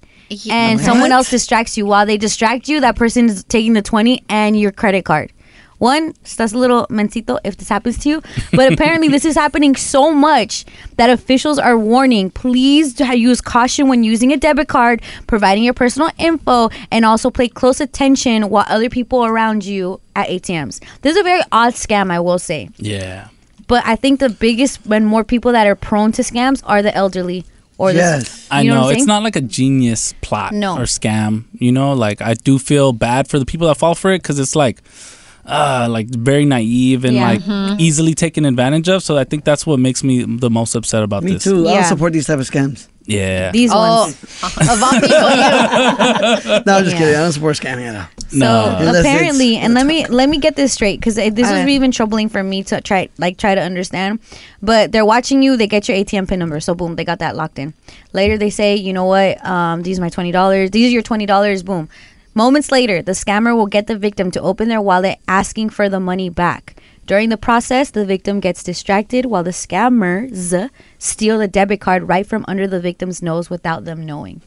and someone else distracts you. While they distract you, that person is taking the twenty and your credit card. One, that's a little mentito if this happens to you. But apparently, this is happening so much that officials are warning please do- use caution when using a debit card, providing your personal info, and also pay close attention while other people around you at ATMs. This is a very odd scam, I will say.
Yeah.
But I think the biggest and more people that are prone to scams are the elderly or
yes.
the.
I
you
know.
what I'm
it's
saying?
not like a genius plot
No.
or scam. You know, like I do feel bad for the people that fall for it because it's like, uh, like very naive and
Yeah.
like
Mm-hmm.
Mhm.
easily taken advantage of. So I think that's what makes me the most upset about
Me
this. Oh,
too. I
Yeah.
don't support these type of scams.
Oh,
ones.
No, I'm just kidding. I don't support scamming at all.
No.
Unless it's-
apparently and let me let me get this straight because this was
Alright.
even troubling for me to try like try to understand but they're watching you they get your atm pin number so boom they got that locked in later they say you know what um, these are my $20 these are your $20 boom moments later the scammer will get the victim to open their wallet asking for the money back during the process the victim gets distracted while the scammers steal the debit card right from under the victim's nose without them knowing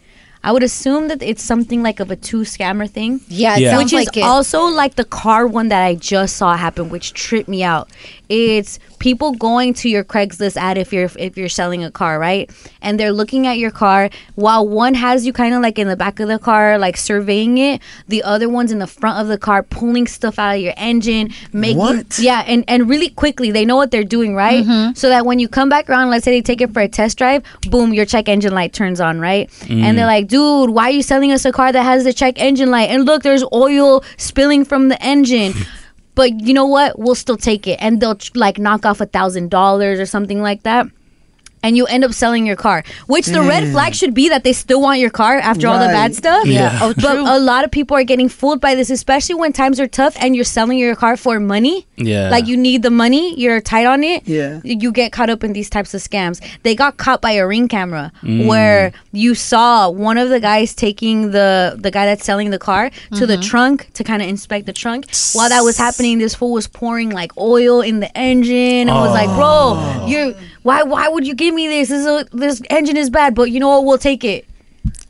I would assume that it's something like of a two scammer thing.
Yeah, it Yeah.
which
sounds
is
like it.
also like the car one that I just saw happen, which tripped me out. It's people going to your Craigslist ad if you're if you're selling a car, right? And they're looking at your car while one has you kind of like in the back of the car, like surveying it. The other one's in the front of the car, pulling stuff out of your engine, making
What?
yeah, and and really quickly they know what they're doing, right?
Mm-hmm.
So that when you come back around, let's say they take it for a test drive, boom, your check engine light turns on, right?
Mm.
And they're like, dude, why are you selling us a car that has the check engine light? And look, there's oil spilling from the engine. but you know what? We'll still take it, and they'll like knock off a thousand dollars or something like that. And you end up selling your car, which the red
Mm.
flag should be that they still want your car after all the bad
Right.
stuff.
Yeah. Oh,
but a lot of people are getting fooled by this, especially when times are tough and you're selling your car for money.
Yeah.
Like you need the money, you're tight on it.
Yeah.
You get caught up in these types of scams. They got caught by a ring camera
Mm.
where you saw one of the guys taking the the guy that's selling the car to the
Mhm.
trunk to kind of inspect the trunk. While that was happening, this fool was pouring like oil in the engine and was like,
Oh.
"Bro, you why why would you give me this? This is a, this engine is bad, but you know what? We'll take it."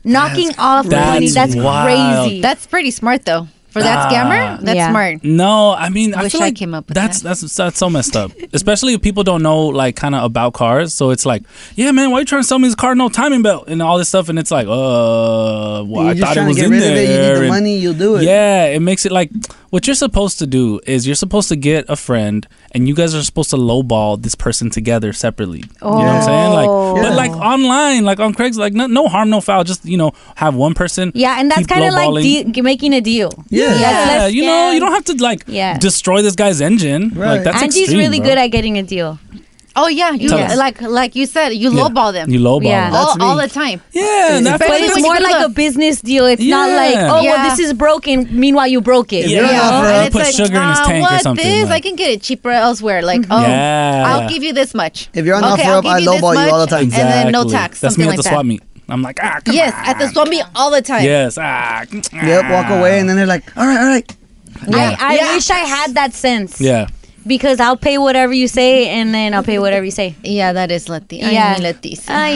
Knocking off money. That's
wild.
crazy.
That's pretty smart though. For that
Ah.
scammer, that's smart.
No, I mean, I
Wish
feel
I
like
came up with
that's, That's that's so messed up. Especially if people don't know like kind of about cars, so it's like, yeah, man, why you trying to sell me this car no timing belt and all this stuff, and it's like, uh, well,
You're
I
just
thought it
trying to
was
get
in
rid
there.
of it, you need the
and-
money, you'll do it.
Yeah, it makes it like what you're supposed to do is you're supposed to get a friend, and you guys are supposed to lowball this person together separately.
Oh.
You know what I'm saying? Like, but
Yeah.
like online, like on Craigslist, like no, no harm, no foul. Just you know, have one person.
Yeah, and that's
keep
kind of like
lowballing.
de- making a deal.
Yeah,
That's less
you know, you
scam.
don't have to like
Yeah.
destroy this guy's engine. Like that's
Angie's
extreme,
really
bro.
good at getting a deal.
Oh yeah, you
Tell us.
like like you said, you
Yeah.
lowball them.
You lowball
yeah.
them. That's
all,
me.
all the time.
Yeah, and that's
But
why
it's
you
more
do
like a business deal. It's not
Yeah.
like, oh,
Yeah.
well, this is broken. Meanwhile, you broke it.
If you're Yeah. not for it, put sugar in his
Uh,
tank or
what
something,
this? I
like-
can get it cheaper elsewhere. Like, oh,
Yeah.
I'll give you this much.
If you're on
okay,
offer
I'll
up,
give
I
you this
lowball you all the
much,
time.
And then no
Exactly.
tax.
That's me
something
at
like that.
the swap meet. I'm like, ah, come
Yes, at the swap meet all the time.
yes, ah.
Yep, walk away, and then they're like, all right, all right.
I, I wish I had that
"Oh,
sense
Yeah.
because I'll pay whatever you say and then I'll pay whatever you say.
Yeah, that is Lati.
I
mean,
I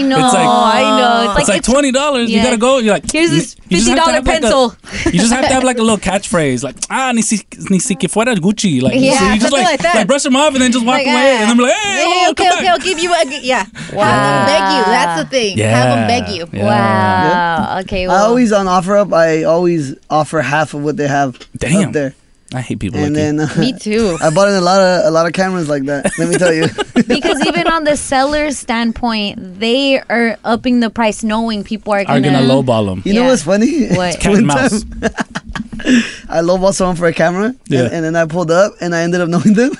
know.
it's like,
I know.
It's like, twenty dollars.
yeah.
You gotta go. You're like,
Here's this
you just have to
$50
have, like, a-
pencil.
you just have to have like a little catchphrase, like ah, ni si, ni si que fuera Gucci. Like,
Yeah,
so you just
something
like,
like that.
brush them off and then just walk
Like,
away.
ah.
and I'm like, hey,
Yeah,
oh,
okay,
come
okay,
back.
I'll give you a g- yeah. Wow. Beg you. That's the thing. Have them beg you.
Wow. Okay.
I
well.
always on offer up. I always offer half of what they have
Damn.
up there.
I hate people
And
like
then
you.
uh, too. I bought in a lot of a lot of cameras like that. Let me tell you.
because even on the seller's standpoint, they are upping the price knowing people are
Are
going to
gonna lowball them.
You know what's funny?
What? It's
cat and mouse.
I lowballed someone for a camera,
Yeah.
and, and then I pulled up, and I ended up knowing them.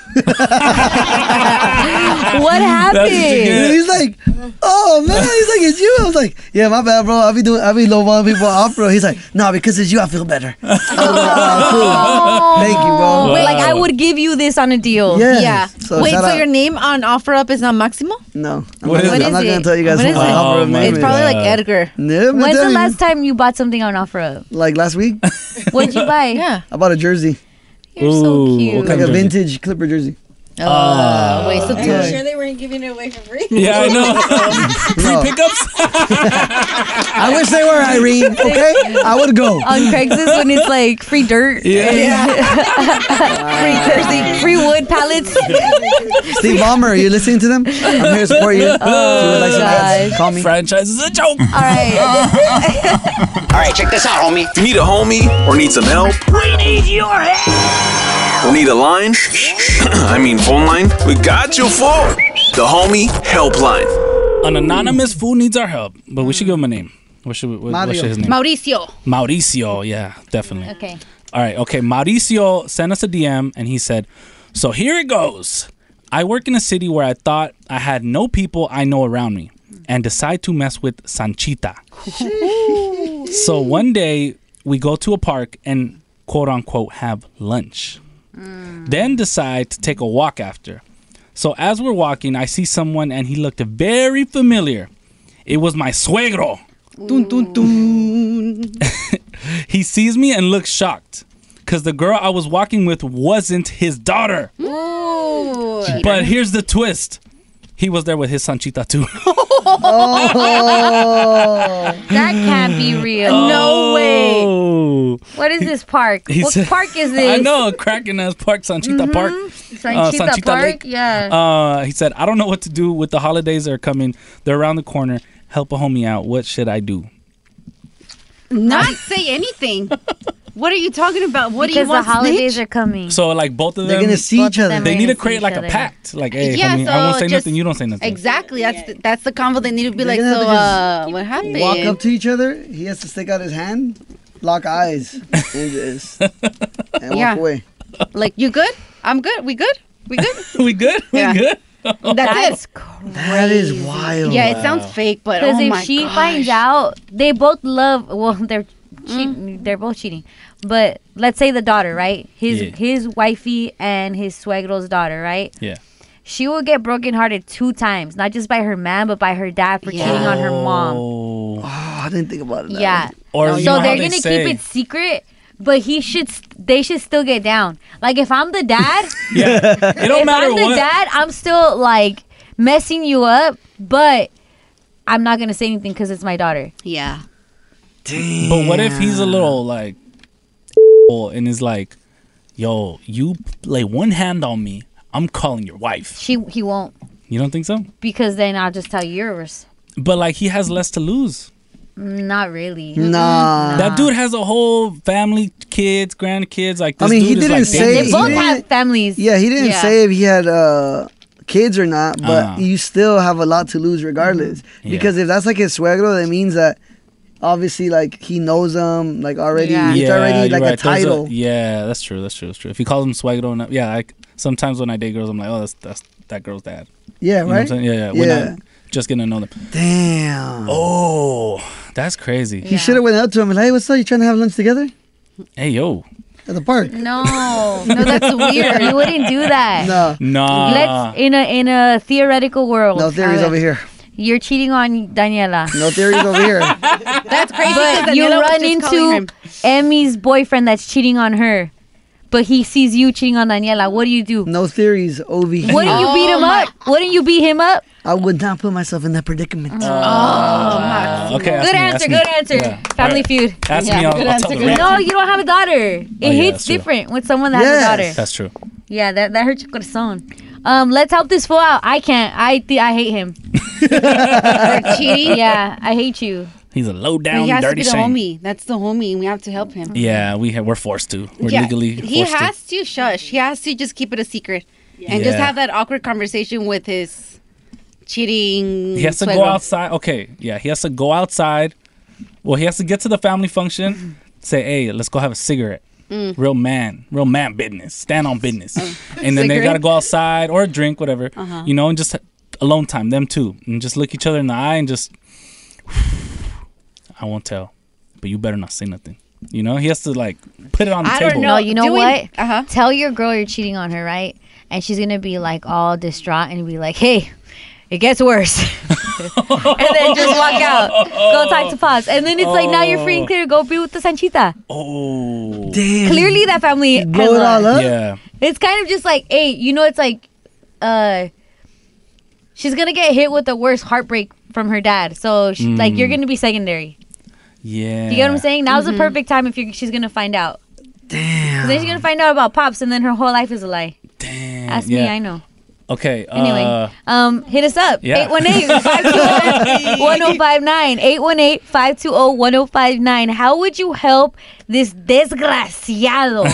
what happened?
He's like, oh man, he's like, it's you. I was like, yeah, my bad, bro. I be doing, I be lowballing people off, bro. He's like, nah, because it's you, I feel better. I was like, "Oh, cool. Thank you, bro.
Wait, like I would give you this on a deal.
Yeah.
Yeah.
So
Wait,
shout
so
out-
your name on OfferUp is not Maximo?
No. I'm not
What is
gonna-
it?
I'm not
What is
gonna
it?
tell you guys
What
what
is
my
it?
offer
Oh,
of
my
name
It's probably like God.
Edgar.
Yeah,
When's the last time you bought something on OfferUp?
Like last week?
What did you buy? Yeah.
I bought a jersey.
You're so
Ooh, cute. what
Like
kind
a
of jersey?
vintage Clipper jersey. Uh,
Ah, waste of
Are you sure they weren't giving it away for free?
Yeah, I know.
No. I wish they were Irene. Okay, I would go
On Craigslist when it's like free dirt,
Yeah.
free jersey, free wood pallets.
Steve Ballmer, are you listening to them? I'm here to support you. If you would like some ads, call me.
Franchise is a joke.
All right.
All right, check this out, homie.
If you need a homie or need some help
We need your help.
or need a line, I mean phone line, we got you for the homie helpline.
An anonymous fool needs our help, but we should give him a name. What should, we, what, what should his name?
Mauricio.
Mauricio, yeah, definitely.
Okay.
All right, okay. Mauricio sent us a DM and he said, So here it goes. I work in a city where I thought I had no people I know around me and decide to mess with Sanchita. so one day we go to a park and quote unquote have lunch,
Mm.
then decide to take a walk after. So as we're walking, I see someone and he looked very familiar. It was my suegro. He sees me and looks shocked because the girl I was walking with wasn't his daughter.
Ooh.
But here's the twist
Oh.
he was there with his Sanchita too.
Oh. that can't be real.
No way. Oh.
What is this park?
He
what
said-
park is this? Mm-hmm.
I know, Uh, cracking ass park, Sanchita Park.
Sanchita Park, yeah.
Uh, he said, I don't know what to do with the holidays that are coming. They're around the corner. Help a homie out. What should I do?
Not say anything. What are you talking about? What do you
Because
want?
the holidays are coming.
So, like, both of
They're
them.
gonna see Both each of other. them
They
are
need to
gonna
create,
see
like,
each other.
a pact. Like, hey,
Yeah,
homie, I won't
so
say
just-
nothing. You don't say nothing.
Exactly. That's the, that's the convo they need to be like.
gonna
So
have to
uh, what happened?
Walk up to each other. He has to stick out his hand, lock eyes, and just and walk
Yeah.
away.
like you good? I'm good. We good? We good?
we good?
We good? That's,
That's
it.
That is wild.
Yeah, it sounds fake, but
Because
oh
if
my
she
gosh.
finds out, they both love. Well, they're
Mm-hmm.
cheating. They're both cheating. But let's say the daughter, right? His
Yeah.
his wifey and his suegro's daughter, right?
Yeah.
She will get brokenhearted two times, not just by her man, but by her dad for cheating on her mom.
Oh,
I didn't think about it. that
Yeah.
way.
Or you know
so
how
they're
they
gonna
say-
keep it secret, but he should. St- they should still get down. Like if I'm the dad,
Yeah. it don't
if
matter
I'm the
what.
dad, I'm still like messing you up, but I'm not gonna say anything because it's my daughter.
Yeah.
But what if he's a little like and is like, yo, you lay one hand on me, I'm calling your wife.
She he won't
You don't think so?
because then I'll just tell you yours.
But like he has less to lose.
Not really.
Mm-hmm.
That dude has a whole family, kids, grandkids. Like
I
this
mean, he
dude
didn't
is like
say.
dating.
he didn't-
families.
Yeah, he didn't
Yeah.
say if he had uh, kids or not, but
Ah. Mm-hmm.
you still have a lot to lose regardless.
Yeah.
Because if that's like his suegro, that means that obviously, like he knows them, like already,
Yeah,
it's already
you're
like a
right. There's
title.
yeah, that's true. That's true. That's true. If you call him swagger, and yeah, like sometimes when I date girls, I'm like, oh, that's that's that girl's dad.
Yeah,
You know what I'm
right?
saying? Yeah, yeah. When
Yeah.
I'm just getting to know them.
Damn.
Oh, that's crazy.
He should have went up to him and like, hey, what's up? You trying to have lunch together
Hey, yo.
at the park?
No,
no, that's weird.
you wouldn't do that.
No.
Nah.
Let's in a in a theoretical world.
No theories
uh,
over here.
You're cheating on Daniela.
No theories over here.
That's crazy.
But you run into Emmy's boyfriend that's cheating on her, but he sees you cheating on Daniela. What do you do?
No theories over here.
Wouldn't you
Oh
beat him up? Wouldn't you beat him up?
I would not put myself in that predicament.
Oh
Uh, okay. ask
good answer.
me, ask me.
Good answer.
Yeah.
Family
Alright.
feud.
Ask me. I'll, I'll tell the rest. Oh,
No, you don't have a daughter. It
yeah,
hits
that's true.
different with someone that has a daughter.
That's true.
Yeah, that that hurts your corazón. Um, let's help this fool out. I can't. I thi- I hate him. For cheating? Yeah, I hate you.
He's a low
But
down,
he has to
dirty
be the
shame.
homie. That's the homie, and we have to help him.
Yeah, we have, we're forced to. We're
Yeah,
legally forced
He
to.
has to shush. He has to just keep it a secret and just
Yeah.
have that awkward conversation with his cheating.
He has to go
suegro.
outside. Okay, yeah, he has to go outside. Well, he has to get to the family function. Say, hey, let's go have a cigarette.
Mm.
Mm-hmm. Real man, real man business. Stand on business. and then they
Uh, Cigarette.
gotta go outside or a drink, whatever.
Uh-huh.
You know, and just alone time, them two, and just look each other in the eye and just. I won't tell, but you better not say nothing. You know, he has to like put it on the table.
No, you know
Doing-
what? Uh-huh. Tell your girl you're cheating on her, right? And she's gonna be like all distraught and be like, "Hey, it gets worse." and then just walk out. Go talk to Paz. And then it's like now you're free and clear. Go be with the Sanchita.
Oh,
damn.
Clearly, that family. has
blow it all
love.
up.
Yeah.
It's kind of just like, hey, you know, it's like, uh, she's gonna get hit with the worst heartbreak from her dad. So, she, like, you're
Mm.
gonna be secondary.
Yeah.
You get what I'm saying? Now's
Mm-hmm.
the perfect time if you're, she's gonna find out. Damn. Then she's gonna find out about pops, and then her whole life is a lie.
Damn.
Ask me,
yeah.
I know.
Okay.
Anyway,
uh,
um, hit us up.
yeah.
oh, 818-520-1059. oh, 818-520-1059. How would you help this desgraciado?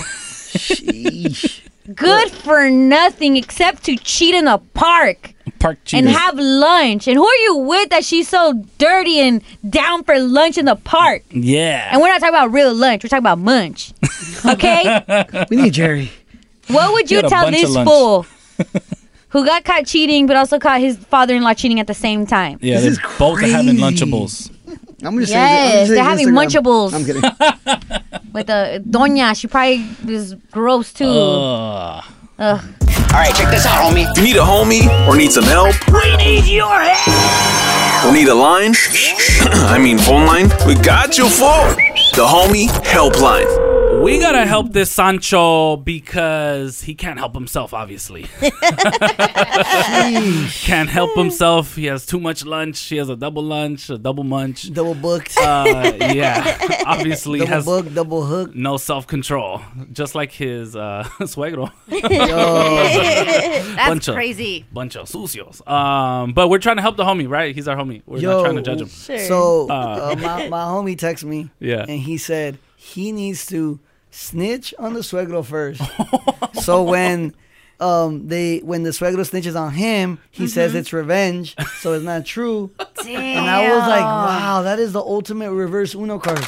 Good for nothing except to cheat in a park
park
and
cheaters.
have lunch. And who are you with that she's so dirty and down for lunch in the park?
yeah.
And we're not talking about real lunch. We're talking about munch. Okay?
We need Jerry.
what would
You
you
got a
tell
bunch of
this
lunch.
fool who got caught cheating but also caught his father-in-law cheating at the same time?
Yeah, they're both are having Lunchables.
I'm just
Yes,
saying.
they're having munchables.
I'm kidding.
With the doña, she probably is gross too.
Oh.
Ugh.
All right, check this out, homie.
If you need a homie or need some help
We need your help.
or need a line, I mean phone line, we got you for the homie helpline.
We gotta help this Sancho because he can't help himself, obviously. can't help himself. He has too much lunch. He has a double lunch, a double munch.
Double booked.
Uh, yeah. Obviously
double
has
book, double hook.
no self control. Just like his uh suegro.
That's
Bunch of-
crazy.
Bunch of sucios. Um but we're trying to help the homie, right? He's our homie. We're not trying to judge him.
So
Uh,
uh, my, my homie texted me,
Yeah.
and he said he needs to snitch on the suegro first. so when um they when the suegro snitches on him, he says it's revenge, so it's not true. And I was like, wow, that is the ultimate reverse Uno card.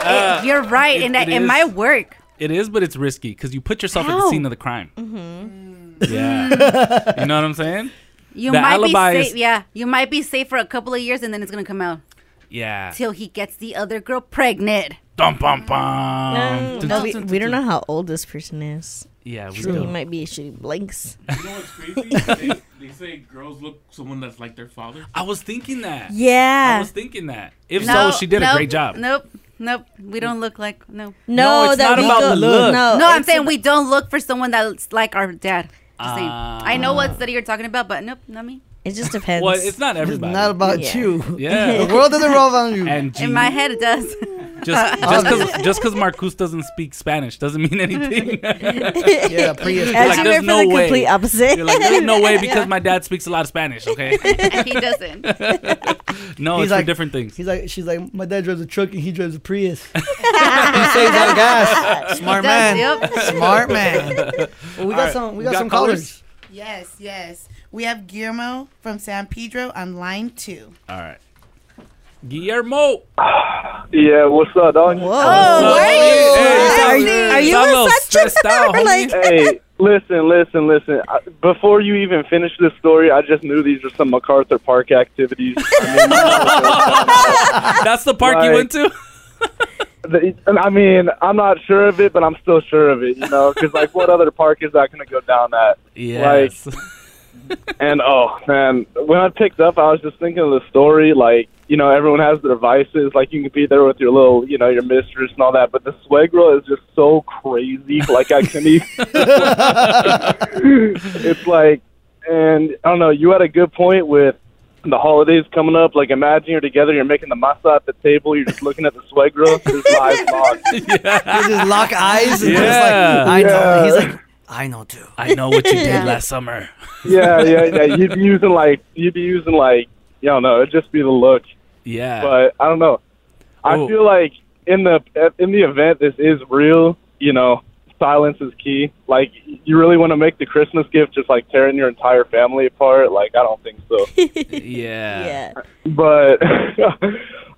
Uh,
You're right, and
it
that it
is.
might work.
It is, but it's risky because you put yourself at
How?
the scene of the crime.
Mm-hmm.
Yeah. you know what I'm saying?
You
the
might
alibi
be
is-
safe. Yeah, you might be safe for a couple of years, and then it's gonna come out
Yeah.
till he gets the other girl pregnant.
Dum bum bum.
No,
Um, Dun,
no,
dun,
we,
dun,
we
dun.
don't know how old this person is.
Yeah, we
True. He
don't.
might be shooting blanks.
they, they say girls look someone that's like their father.
I was thinking that.
Yeah.
I was thinking that. If
No,
so, she did
nope,
a great job.
Nope, nope. We don't look like no.
No, No, it's that not we about the don't- look.
No,
no,
I'm
it's
saying
about-
we don't look for someone that's like our dad. Just saying.
Ah.
I know what study you're talking about, but nope, not me.
It just depends.
Well, it's not everybody.
Not about
Yeah.
you.
Yeah.
the world doesn't revolve on you.
And G,
In my head, it does.
just just because just because Marcus doesn't speak Spanish doesn't mean anything.
Yeah,
Prius.
You're
Actually, we're for the complete opposite.
You're like, there's no way because
Yeah.
my dad speaks a lot of Spanish. Okay.
he doesn't.
No,
He's
it's
like-
for different things.
He's like, she's like, my dad drives a truck and he drives a Prius. he saves on gas. Smart
He
man.
does, yep.
Smart man. Well, we got some. We got, some callers.
Yes, yes. We have Guillermo from San Pedro on line two.
All right. Guillermo.
Yeah, what's up, dog? Whoa,
Oh, where are you? Are you- are you a
such a like? Hey, listen, listen, listen. I, before you even finish this story, I just knew these were some MacArthur Park activities.
That's the park you went to.
I mean, I'm not sure of it, but I'm still sure of it. You know, because like, what other park is that going to go down that?
Yes.
and oh man, when I picked up, I was just thinking of the story. Like, you know, everyone has their vices. Like, you can be there with your little, you know, your mistress and all that. But the swagro is just so crazy. Like, I couldn't even. it's like, and I don't know. You had a good point with the holidays coming up. Like, imagine you're together, you're making the masa at the table, you're just looking at the swagro, his eyes locked.
They just lock eyes. And
Yeah.
yeah. Like, I know.
Yeah.
He's like, I know too.
I know what you did
Yeah.
last summer.
yeah, yeah, yeah. You'd be using like you'd be using like you don't know. It'd just be the look.
Yeah.
But I don't know. I
Ooh.
feel like in the in the event this is real, you know, silence is key. Like you really want to make the Christmas gift just like tearing your entire family apart. Like I don't think so.
yeah.
Yeah.
but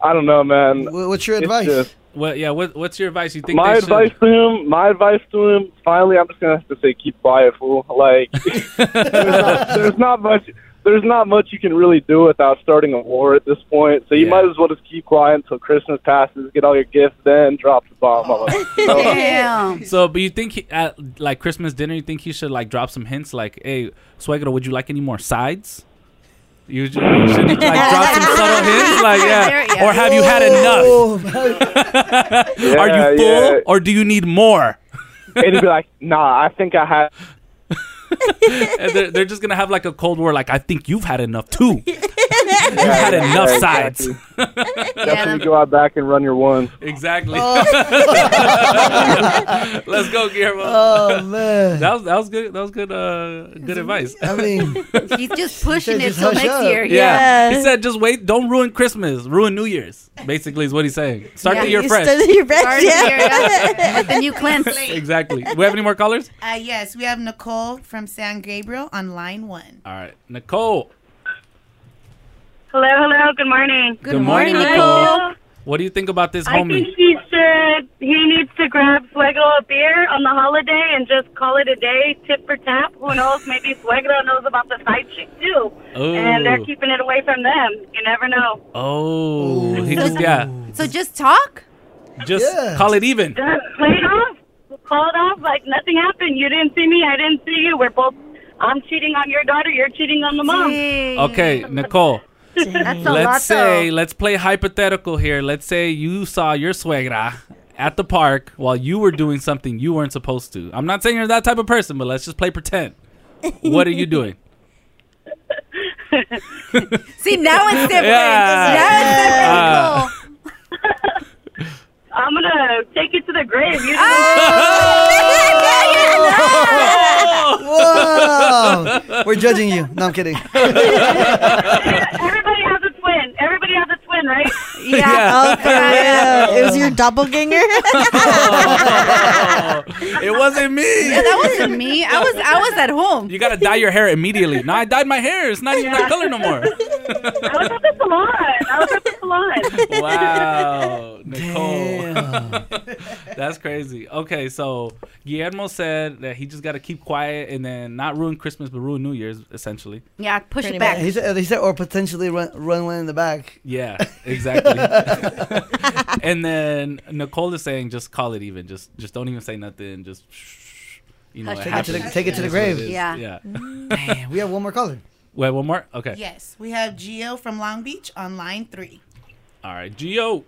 I don't know, man.
What's your
It's just-
Well, yeah. What, what's your advice? You think they
my
should-
advice to him, my advice to him. Finally, I'm just gonna have to say, keep quiet, fool. Like, there's, not, there's not much, there's not much you can really do without starting a war at this point. So you might as well just keep quiet until Christmas passes, get all your gifts, then drop the bomb. on us.
Damn.
So, but you think he, at like Christmas dinner, you think he should like drop some hints, like, "Hey, Suegro, would you like any more sides?" You should you should, like drop some subtle hints, like,
There-
yeah.
yeah.
Or have you had
Whoa.
enough? Are you full,
Yeah, yeah.
or do you need more?
And he'd be like, Nah, I think I had.
And they're, they're just gonna have like a cold war, like, "I think you've had enough too. You've had enough sides."
That's when you go out back and run your ones.
Exactly. Let's go, Guillermo.
Oh, man.
that was that was good. That was good. Uh, good advice.
I mean,
He's just pushing it
just
till
hush
next
up.
year.
Yeah.
Yeah.
He said, just wait. Don't ruin Christmas. Ruin New Year's. Basically, is what he's saying. Start
Yeah.
the year
You
fresh.
start the year fresh, Start the yeah. year, yeah.
With
With the new cleanse.
Exactly. We have any more callers?
Uh, yes, we have Nicole from San Gabriel on line one.
All right. Nicole.
Hello, hello. Good morning.
Good, morning, Nicole. What do you think about this
I
homie?
think he should. He needs to grab Suegro a beer on the holiday and just call it a day, tip for tap. Who knows? Maybe Suegro knows about the side chick too,
Ooh.
and they're keeping it away from them. You never know.
oh, he just yeah.
So just talk.
Just call it even.
Just play it off. Call it off like nothing happened. You didn't see me. I didn't see you. We're both. I'm cheating on your daughter. You're cheating on the mom.
Okay, Nicole.
That's
let's say let's play hypothetical here. Let's say you saw your suegra at the park while you were doing something you weren't supposed to. I'm not saying you're that type of person, but let's just play pretend. What are you doing?
See, now it's different.
Yeah.
Now it's different.
Uh,
I'm gonna take it to the grave. You
Whoa. We're judging you. No, I'm kidding.
Everybody has a twin. Everybody has a twin, right?
Yeah. Yeah.
Oh, for real. It was your doppelganger.
it wasn't me.
Yeah, that wasn't me. I was I was at home.
Uh, You gotta dye your hair immediately. No, I dyed my hair. It's not even that color no more.
I was at the salon. I was at the salon.
Wow, Nicole. That's crazy. Okay, so Guillermo said that he just got to keep quiet and then not ruin Christmas, but ruin New Year's, essentially.
Yeah, push it
Yeah,
back.
He said, he said, or potentially run, run one in the back.
Yeah, exactly. and then Nicole is saying, just call it even. Just, just don't even say nothing. Just, shh, you know,
Hush it up. Take it to the- take it to the
That's what
grave.
is.
Yeah.
yeah.
Man, we have one more caller.
We have one more. Okay.
Yes, we have Geo from Long Beach on line three.
All right, Geo.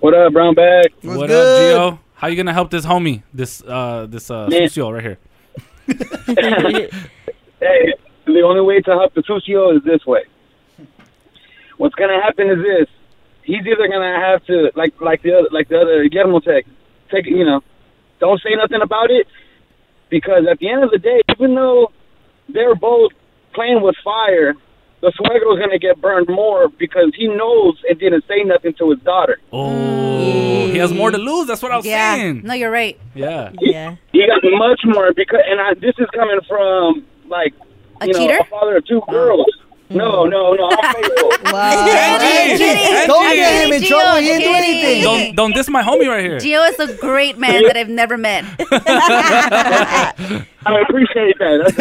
What up, brown bag?
What up,
good?
Geo? How you gonna help this homie? This, uh, this, uh,
Man.
Sucio right here.
hey, the only way to help the Sucio is this way. What's gonna happen is this: he's either gonna have to, like, like the other, like the other Guillermo Tech, take, you know, don't say nothing about it, because at the end of the day, even though they're both playing with fire, the suegro's gonna get burned more because he knows and didn't say nothing to his daughter.
Oh, he has more to lose. That's what I was
yeah.
saying.
No, you're right.
Yeah.
Yeah. He got much more because, and I, this is coming from like
A
you know,
cheater?
a father of two girls. No, no, no. I'm faithful.
Eddie, Eddie,
Don't get him in
Gio,
trouble. He didn't do
Eddie.
anything.
Don't, don't diss my homie right here.
Gio is a great man that I've never met.
I appreciate that.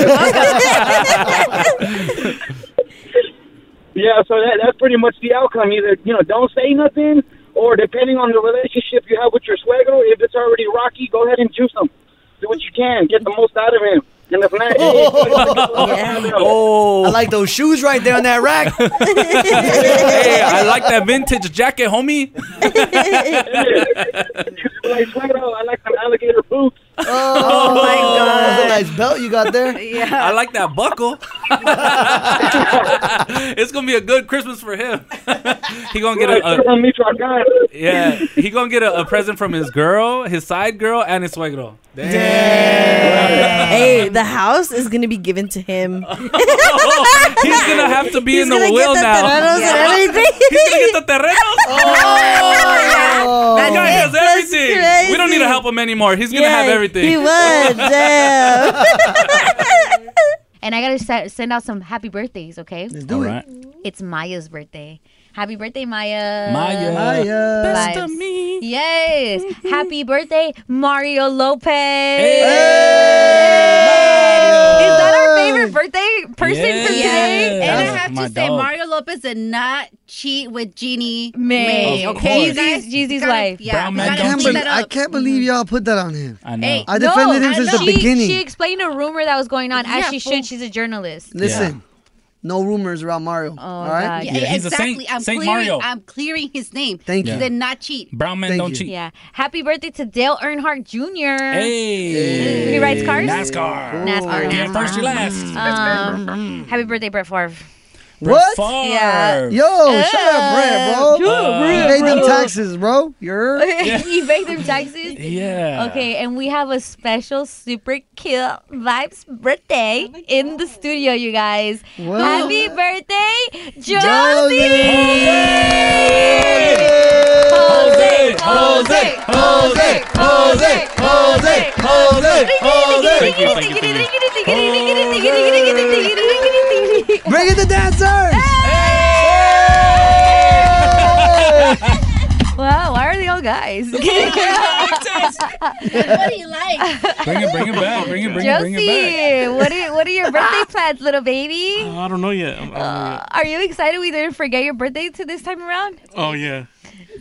yeah, so that, that's pretty much the outcome. Either you know, don't say nothing, or depending on the relationship you have with your suegro, if it's already rocky, go ahead and juice him. Do what you can, get the most out of him. And if not,
Oh, I like those shoes right there on that rack. Oh,
hey, I like that vintage jacket, homie.
like suegro, I like some alligator boots.
Oh, my god, that's a nice belt you got there.
I like that buckle. it's gonna be a good Christmas for him. he gonna get a, a yeah. He gonna get a, a present from his girl, his side girl, and his suegro.
hey, the house is gonna be given to him.
He's gonna have to be
He's
in the
gonna
will
get the
now.
terrenos and everything.
He's gonna get the terrenos.
Oh,
That guy does
That's
everything.
crazy.
We don't need to help him anymore. He's gonna have everything.
He would. Damn.
and I gotta sa- send out some happy birthdays, okay? Let's
do All it. right.
It's Maya's birthday. Happy birthday, Maya.
Maya. Maya. Best
of me. Yes. happy birthday, Mario Lopez. Is that our favorite birthday person for
Yeah.
today?
And I
That's
have
my
to say,
dog.
Mario Lopez did not cheat with Jeannie
May.
May.
Of
okay,
course. Jeezy's
gotta-
wife.
Yeah,
Brown
we
man
gotta
don't
clean
cheat.
that
I
up.
can't
believe y'all put that on him.
I
know. Hey,
I defended him since the
she,
beginning.
She explained a rumor that was going on, as
Yeah,
she should. She's a journalist.
Listen, no rumors around Mario.
Oh,
all right.
God. Yeah,
Yeah,
he's a
exactly.
Saint-
I'm
Saint
clearing.
Mario.
I'm clearing his name.
Thank
He
you.
did not cheat.
Brown men
Thank
don't
you.
cheat.
Yeah. Happy birthday to Dale Earnhardt Jr.
Hey.
He rides cars?
NASCAR.
NASCAR.
Yeah, first, you last.
Um, happy birthday, Brett Favre.
What?
Yeah. Uh,
Yo, shut up, Brad, bro.
Shut
Uh,
up, Brad,
you made them
bro.
taxes, bro. You're.
you baked them taxes?
Yeah.
Okay, and we have a special super cute vibes birthday in the studio, you guys.
Wow.
Happy birthday, Josie!
Jose,
Jose,
Jose, Jose, Jose, Jose,
Thank you, thank you, thank you.
Bring in the dancers.
Wow, why are they all guys?
what do you like?
Bring it, bring it back. Bring it, bring it, bring it back.
Josie, what are, what are your birthday plans, little baby?
I don't know yet. I don't know yet.
Are you excited we didn't forget your birthday to this time around?
Oh yeah.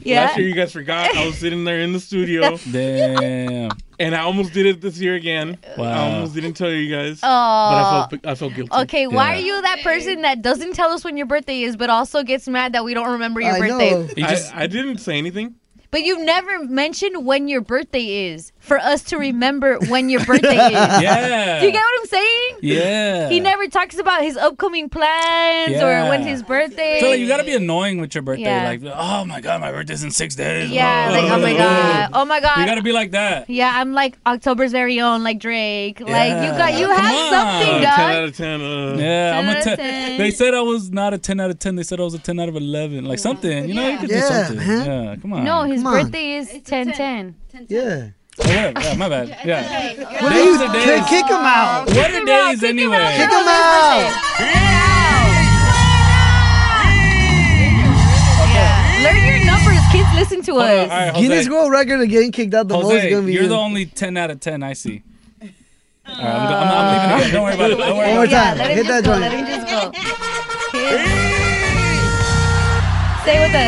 Yeah.
Last year you guys forgot. I was sitting there in the studio.
Damn.
And I almost did it this year again. I
Wow.
almost didn't tell you guys.
Oh.
But I felt I felt guilty.
Okay, why are you that person that doesn't tell us when your birthday is, but also gets mad that we don't remember your
I
birthday?
I, I didn't say anything.
But But you've never mentioned when your birthday is for us to remember when your birthday is.
Yeah.
Do you get what I'm saying?
Yeah.
He never talks about his upcoming plans
Yeah.
or when his birthday.
I feel like you gotta be annoying with your birthday.
Yeah.
Like, oh my god, my birthday's in six days.
Yeah, like, oh my God. Oh my God.
You gotta be like that.
yeah, I'm like October's very own, like Drake. Like you
Yeah.
got, you
Come
have
on.
something, dog.
of ten. uh.
yeah, I'm a
10 out of
10.
10.
They said I was not a 10 out of 10. They said I was a 10 out of 11. Like something, you know, you could do
Yeah,
something.
man.
Yeah, come on.
No, his
Come on.
birthday is 10 10.
Yeah. Oh, whatever. Yeah, my bad. Yeah.
What
Days
are you-
are
kick- kick 'em out.
What are days anyway?
Kick him out.
Learn your numbers. Kids listen to
Hold on,
us.
all right,
Guinness
Jose.
World Record of getting kicked out the most
Jose,
is gonna be
you're
you.
the only 10 out of 10 I see. All right, I'm, go- I'm, I'm leaving again. Don't worry about it. Don't worry
One more
about it.
time.
Uh, let him
Hit
just
that
go.
joint.
Let him just go. Kids. Stay with us.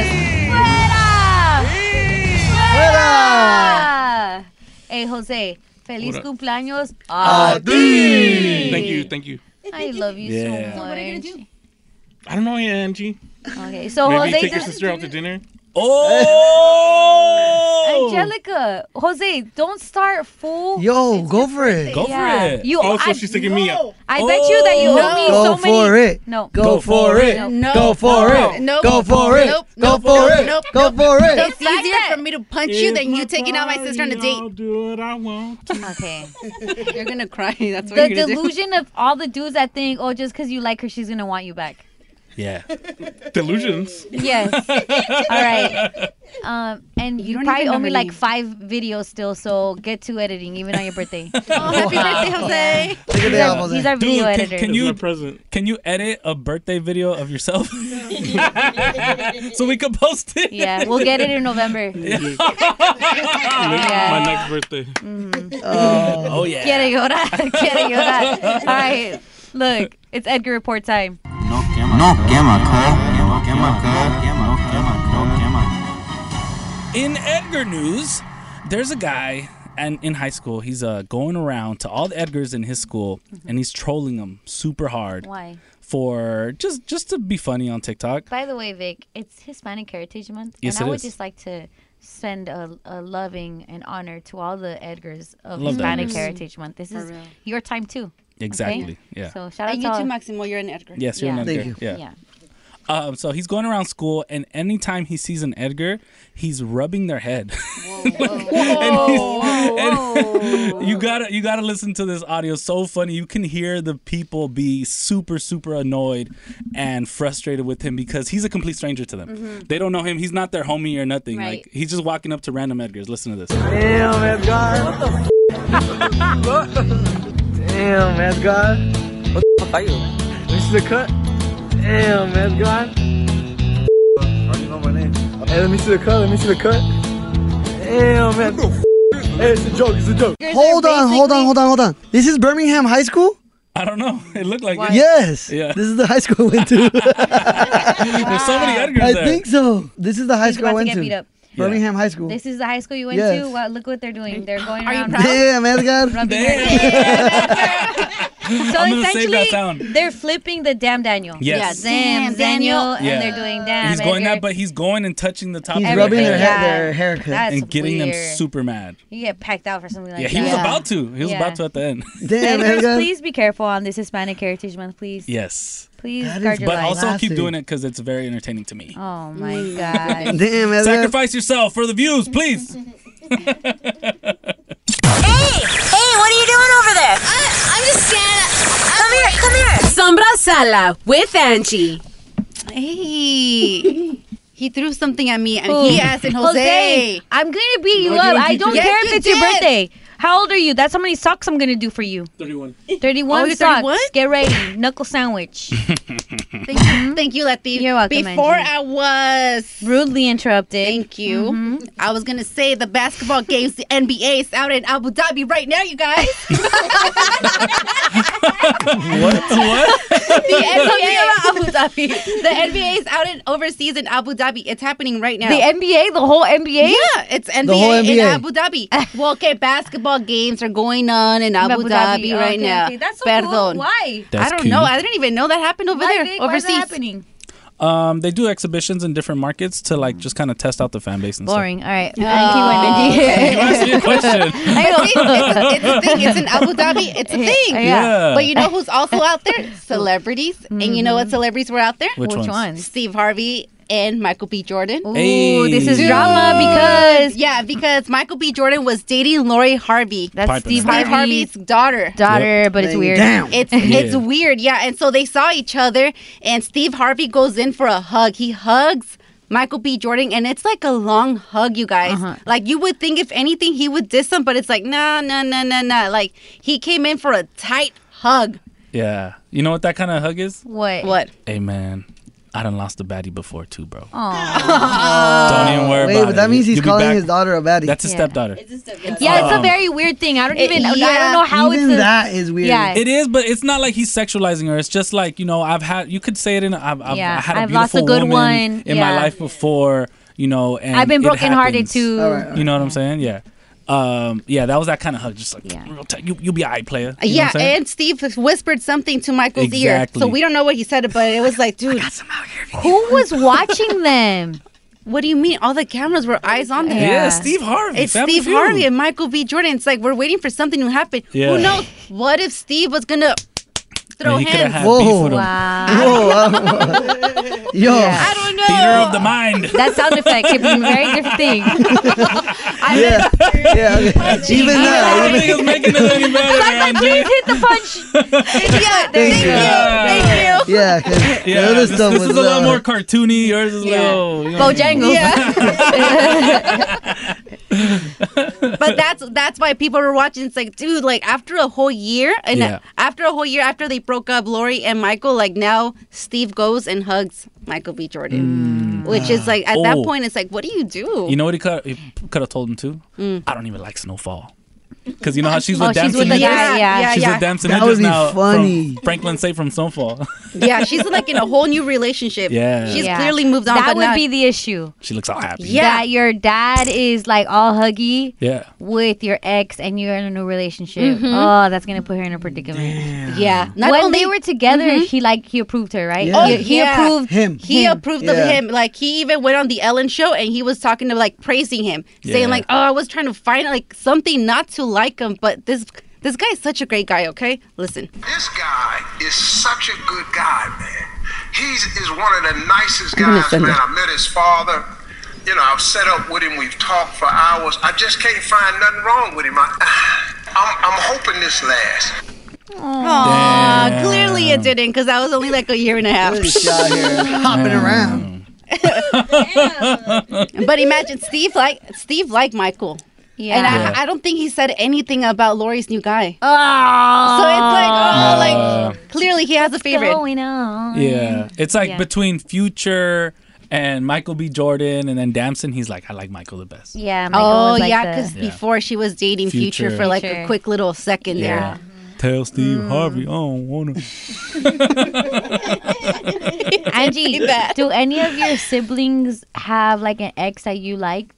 Fuera! Fuera! Hey, Jose. Feliz
What up?
cumpleaños.
Ah,
a ti.
Thank you, thank you.
I love you so much.
Yeah. So what are you I don't know yet, Angie.
Okay, so
Maybe
Jose
take your
does-
sister out to dinner.
Oh,
Angelica, Jose, don't start fool.
Yo, go for it.
Go for Yeah. it. You-
oh, so
I-
she's taking me out.
I bet you that you owe me
Oh, Go
so many.
for it.
No.
Go for it.
No.
Go for it.
Nope.
Go for it.
Nope.
Go
Nope.
for
Nope.
it.
Nope.
Go for it.
It's easier for me to punch you than you taking out my sister on a date.
I'll do what I want.
Okay.
You're gonna cry. That's
The
what you're gonna
delusion of all the dudes that think, oh, just because you like her, she's gonna want you back.
Yeah.
Delusions.
Yes. all right. Um, and you,
don't
probably
even know
owe me
her
like
name.
five videos still, so get to editing even on your birthday. oh,
happy birthday,
Jose!
Take it down, Jose.
He's our
Dude,
video
can,
editor.
can you can you edit a birthday video of yourself so we can post it?
Yeah, we'll get it in November.
My next birthday.
Oh, yeah.
Quiere llorar, quiere llorar. All right, look, it's Edgar report time.
No quema, no quema, no
In Edgar news, there's a guy and in high school, he's uh, going around to all the Edgars in his school
Mm-hmm.
and he's trolling them super hard
Why?
for just just to be funny on TikTok.
By the way, Vic, it's Hispanic Heritage Month,
Yes,
and
it
I would
is.
just like to send a, a loving and honor to all the Edgars of
Love the
Hispanic
Edgars.
Heritage Month. This
For
is
real.
your time too.
Exactly, yeah.
So shout out
And
to
you
all-
too, Maximo. You're an Edgar.
Yes, you're an Edgar. Yeah. Um, so he's going around school, and anytime he sees an Edgar, he's rubbing their head. you gotta you gotta listen to this audio. So funny. You can hear the people be super super annoyed and frustrated with him because he's a complete stranger to them.
Mm-hmm.
Mhm.
They don't know him. He's not their homie or nothing.
Right.
Like he's just walking up to random Edgars. Listen to this.
Damn, Edgar. What the Damn, Edgar. What the fuck are you? This is the cut. Damn, Edgar. I know my name. Hey, let me see the cut. Let me see the cut. Damn, Edgar. Hey, it's a joke. It's a joke.
Hold on, hold on, hold on, hold on. This is Birmingham High School?
I don't know. It looked like it.
Yes.
Yeah.
This is the high school I went to.
There's so many Edgars
I
there.
think so. This is the high
He's
school I
about to
went
get
to.
beat up.
Birmingham High School.
This is the high school you went
Yes.
to. Wow, look what they're doing. They're going
Are you
around.
proud? Damn, Edgar.
rubbing their
Damn.
head. so
I'm gonna save that sound.
essentially, they're flipping the damn Daniel.
Yes.
Yeah, damn Daniel, and
Yeah.
they're doing damn.
he's going
Edgar.
that, but he's going and touching the top.
He's
of
rubbing
their
their
head,
ha- their haircut.
That's
and getting them
weird.
super mad.
You get packed out for something like
yeah,
that.
he was about to. He was
Yeah.
about to at the end.
Edgars, please be careful on this Hispanic Heritage Month, please.
Yes.
Please guard your
but
life.
also keep doing it because it's very entertaining to me.
Oh my god.
Sacrifice yourself for the views, please.
Hey, what are you doing over there? Uh, I'm just standing. Come here, come here. Sombra Sala with Angie.
Hey. he threw something at me and
Who?
he asked, and Jose.
Oh. Jose, I'm gonna beat you
No,
up.
you-
I
you
don't
did.
care
Yes,
if
you
it's your
did.
birthday. How old are you? That's how many socks I'm gonna do for you.
31.
31
Oh, you're
socks.
31?
Get ready. Knuckle sandwich. Mm-hmm.
Thank you, thank you, Latif. You're
welcome,
Before
Angie.
I was
rudely interrupted, Mm-hmm.
thank you. I was gonna say the basketball games, the NBA is out in Abu Dhabi right now, you guys.
What?
the NBA,
Abu Dhabi.
the NBA is out in overseas in Abu Dhabi. It's happening right now.
The NBA, the whole NBA.
Yeah, it's NBA,
whole
in
NBA.
Abu Dhabi. well, okay, basketball games are going on in Abu,
Abu
Dhabi,
Dhabi.
right
Okay,
now.
okay, that's so cool.
Perdón.
Why?
I
That's
don't
cute.
know. I didn't even know that happened over
Why,
there,
Vic? Why is
overseas.
that happening?
Um, they do exhibitions in different markets to like just kind of test out the fan base and stuff.
Boring. All right. Uh, keep going, Benji.
You asked me a question.
I
It's,
know.
Oh. it's, a thing. It's in Abu Dhabi. It's a thing.
Yeah.
But you know who's also out there? Celebrities. And you know what celebrities were out there?
Which Which ones? ones?
Steve Harvey and Michael B. Jordan. Ooh,
Hey. this is
drama because-
yeah, because Michael B. Jordan was dating Lori Harvey. That's
Piping Steve hot.
Harvey's daughter.
Daughter, Yep. but it's Laying weird. down.
It's
Yeah.
it's weird. Yeah, and so they saw each other, and Steve Harvey goes in for a hug. He hugs. Michael B. Jordan, and it's like a long hug, you guys.
Uh-huh.
Like you would think, if anything, he would diss him, but it's like, nah, nah, nah, nah, nah. Like he came in for a tight hug.
Yeah. You know what that kind of hug is?
What?
What?
Hey man, I done lost a baddie before too, bro.
Oh,
Don't even worry
wait,
about
but
it.
that means he's
You'll be
calling
back.
his daughter a baddie.
That's his stepdaughter.
Yeah, it's a
Um,
very weird thing. I don't
It-
even. I don't
yeah.
know how
Even
it's. a-
that is weird.
Yeah.
It is, but it's not like he's sexualizing her. It's just like you know, I've had. You could say it in. I've, I've
Yeah,
I had a
I've
beautiful
lost a good
woman
one.
in my
Yeah.
life before. You know, and
I've been
it
brokenhearted
happens.
too. All right, all
You know what I'm saying? Yeah. Um, yeah, that was that kind of hug, just like real tight. You, you'll be all right, player. You know
yeah,
what I'm saying?
and Steve whispered something to Michael's
Exactly.
ear. So we don't know what he said, but it was like, dude,
who was watching them?
What do you mean? All the cameras were eyes on them.
Yeah, Yeah. Steve Harvey,
It's
Family
Steve
Feud.
Harvey and Michael B. Jordan. It's like we're waiting for something to happen.
Yeah.
Who knows? What if Steve was gonna throw
Man, he coulda
hands?
had beef Whoa. with him.
Yo,
I don't know.
theater of the mind.
That sound effect could be a very different thing.
yeah, yeah. okay. Even that,
I don't think it's making it any better, Angie.
Hit the punch.
yeah,
thank you.
Yeah.
Yeah, 'cause the
Yeah,
other
this,
stuff
this
was
is a little
uh,
more cartoony. Yours is a little you know what I mean?
Bojangles.
but that's that's why people were watching. It's like, dude, like after a whole year, and
Yeah.
after a whole year after they broke up, Lori and Michael, like now Steve goes and hugs Michael B.
Mm.
Jordan, which is like at that
Mm. Oh.
point, it's like, what do you do?
You know what he could he could have told him too?
Mm.
I don't even like Snowfall. Because you know how she's
Oh,
with
she's
Damson
with the
Idris?
guy, yeah, yeah,
she's
yeah.
with Damson
That
Idris
would be
now from
funny.
Franklin Say from Snowfall.
yeah, she's like in a whole new relationship.
Yeah.
she's
Yeah.
clearly moved on.
That
but
would
not-
be the issue.
she looks all happy.
That your dad is like all huggy
Yeah.
with your ex and you're in a new relationship.
Mhm.
Oh, that's gonna put her in a predicament.
Yeah. Not
when
only-
they were together,
Mhm.
he like he approved her, right?
Yeah. Oh,
He, he
Yeah.
approved
him.
He approved of
Hmm. Yeah.
him. Like he even went on the Ellen show and he was talking to like praising him,
Yeah.
saying like, "Oh, I was trying to find like something not to like him, but this this guy is such a great guy." Okay, listen.
This guy is such a good guy, man. He's is one of the nicest
I'm gonna
guys,
send
man.
it.
I met his father. You know, I've set up with him. We've talked for hours. I just can't find nothing wrong with him. I, I'm, I'm hoping this lasts.
Aw, clearly it didn't because that was only like a year and a half.
out here hopping around.
but imagine Steve like Steve like Michael.
Yeah.
And I,
Yeah.
I don't think he said anything about Lori's new guy.
Oh.
So it's like, oh,
Uh,
like clearly he has a favorite.
going on?
yeah. It's like
Yeah.
between Future and Michael B. Jordan and then Damson, he's like, I like Michael the best.
Yeah.
oh
was like
yeah,
the-
because
Yeah.
before she was dating Future,
Future.
for like a
Future.
quick little second there.
Tell Steve
Mm.
Harvey, I don't wanna
Angie, do any of your siblings have like an ex that you liked?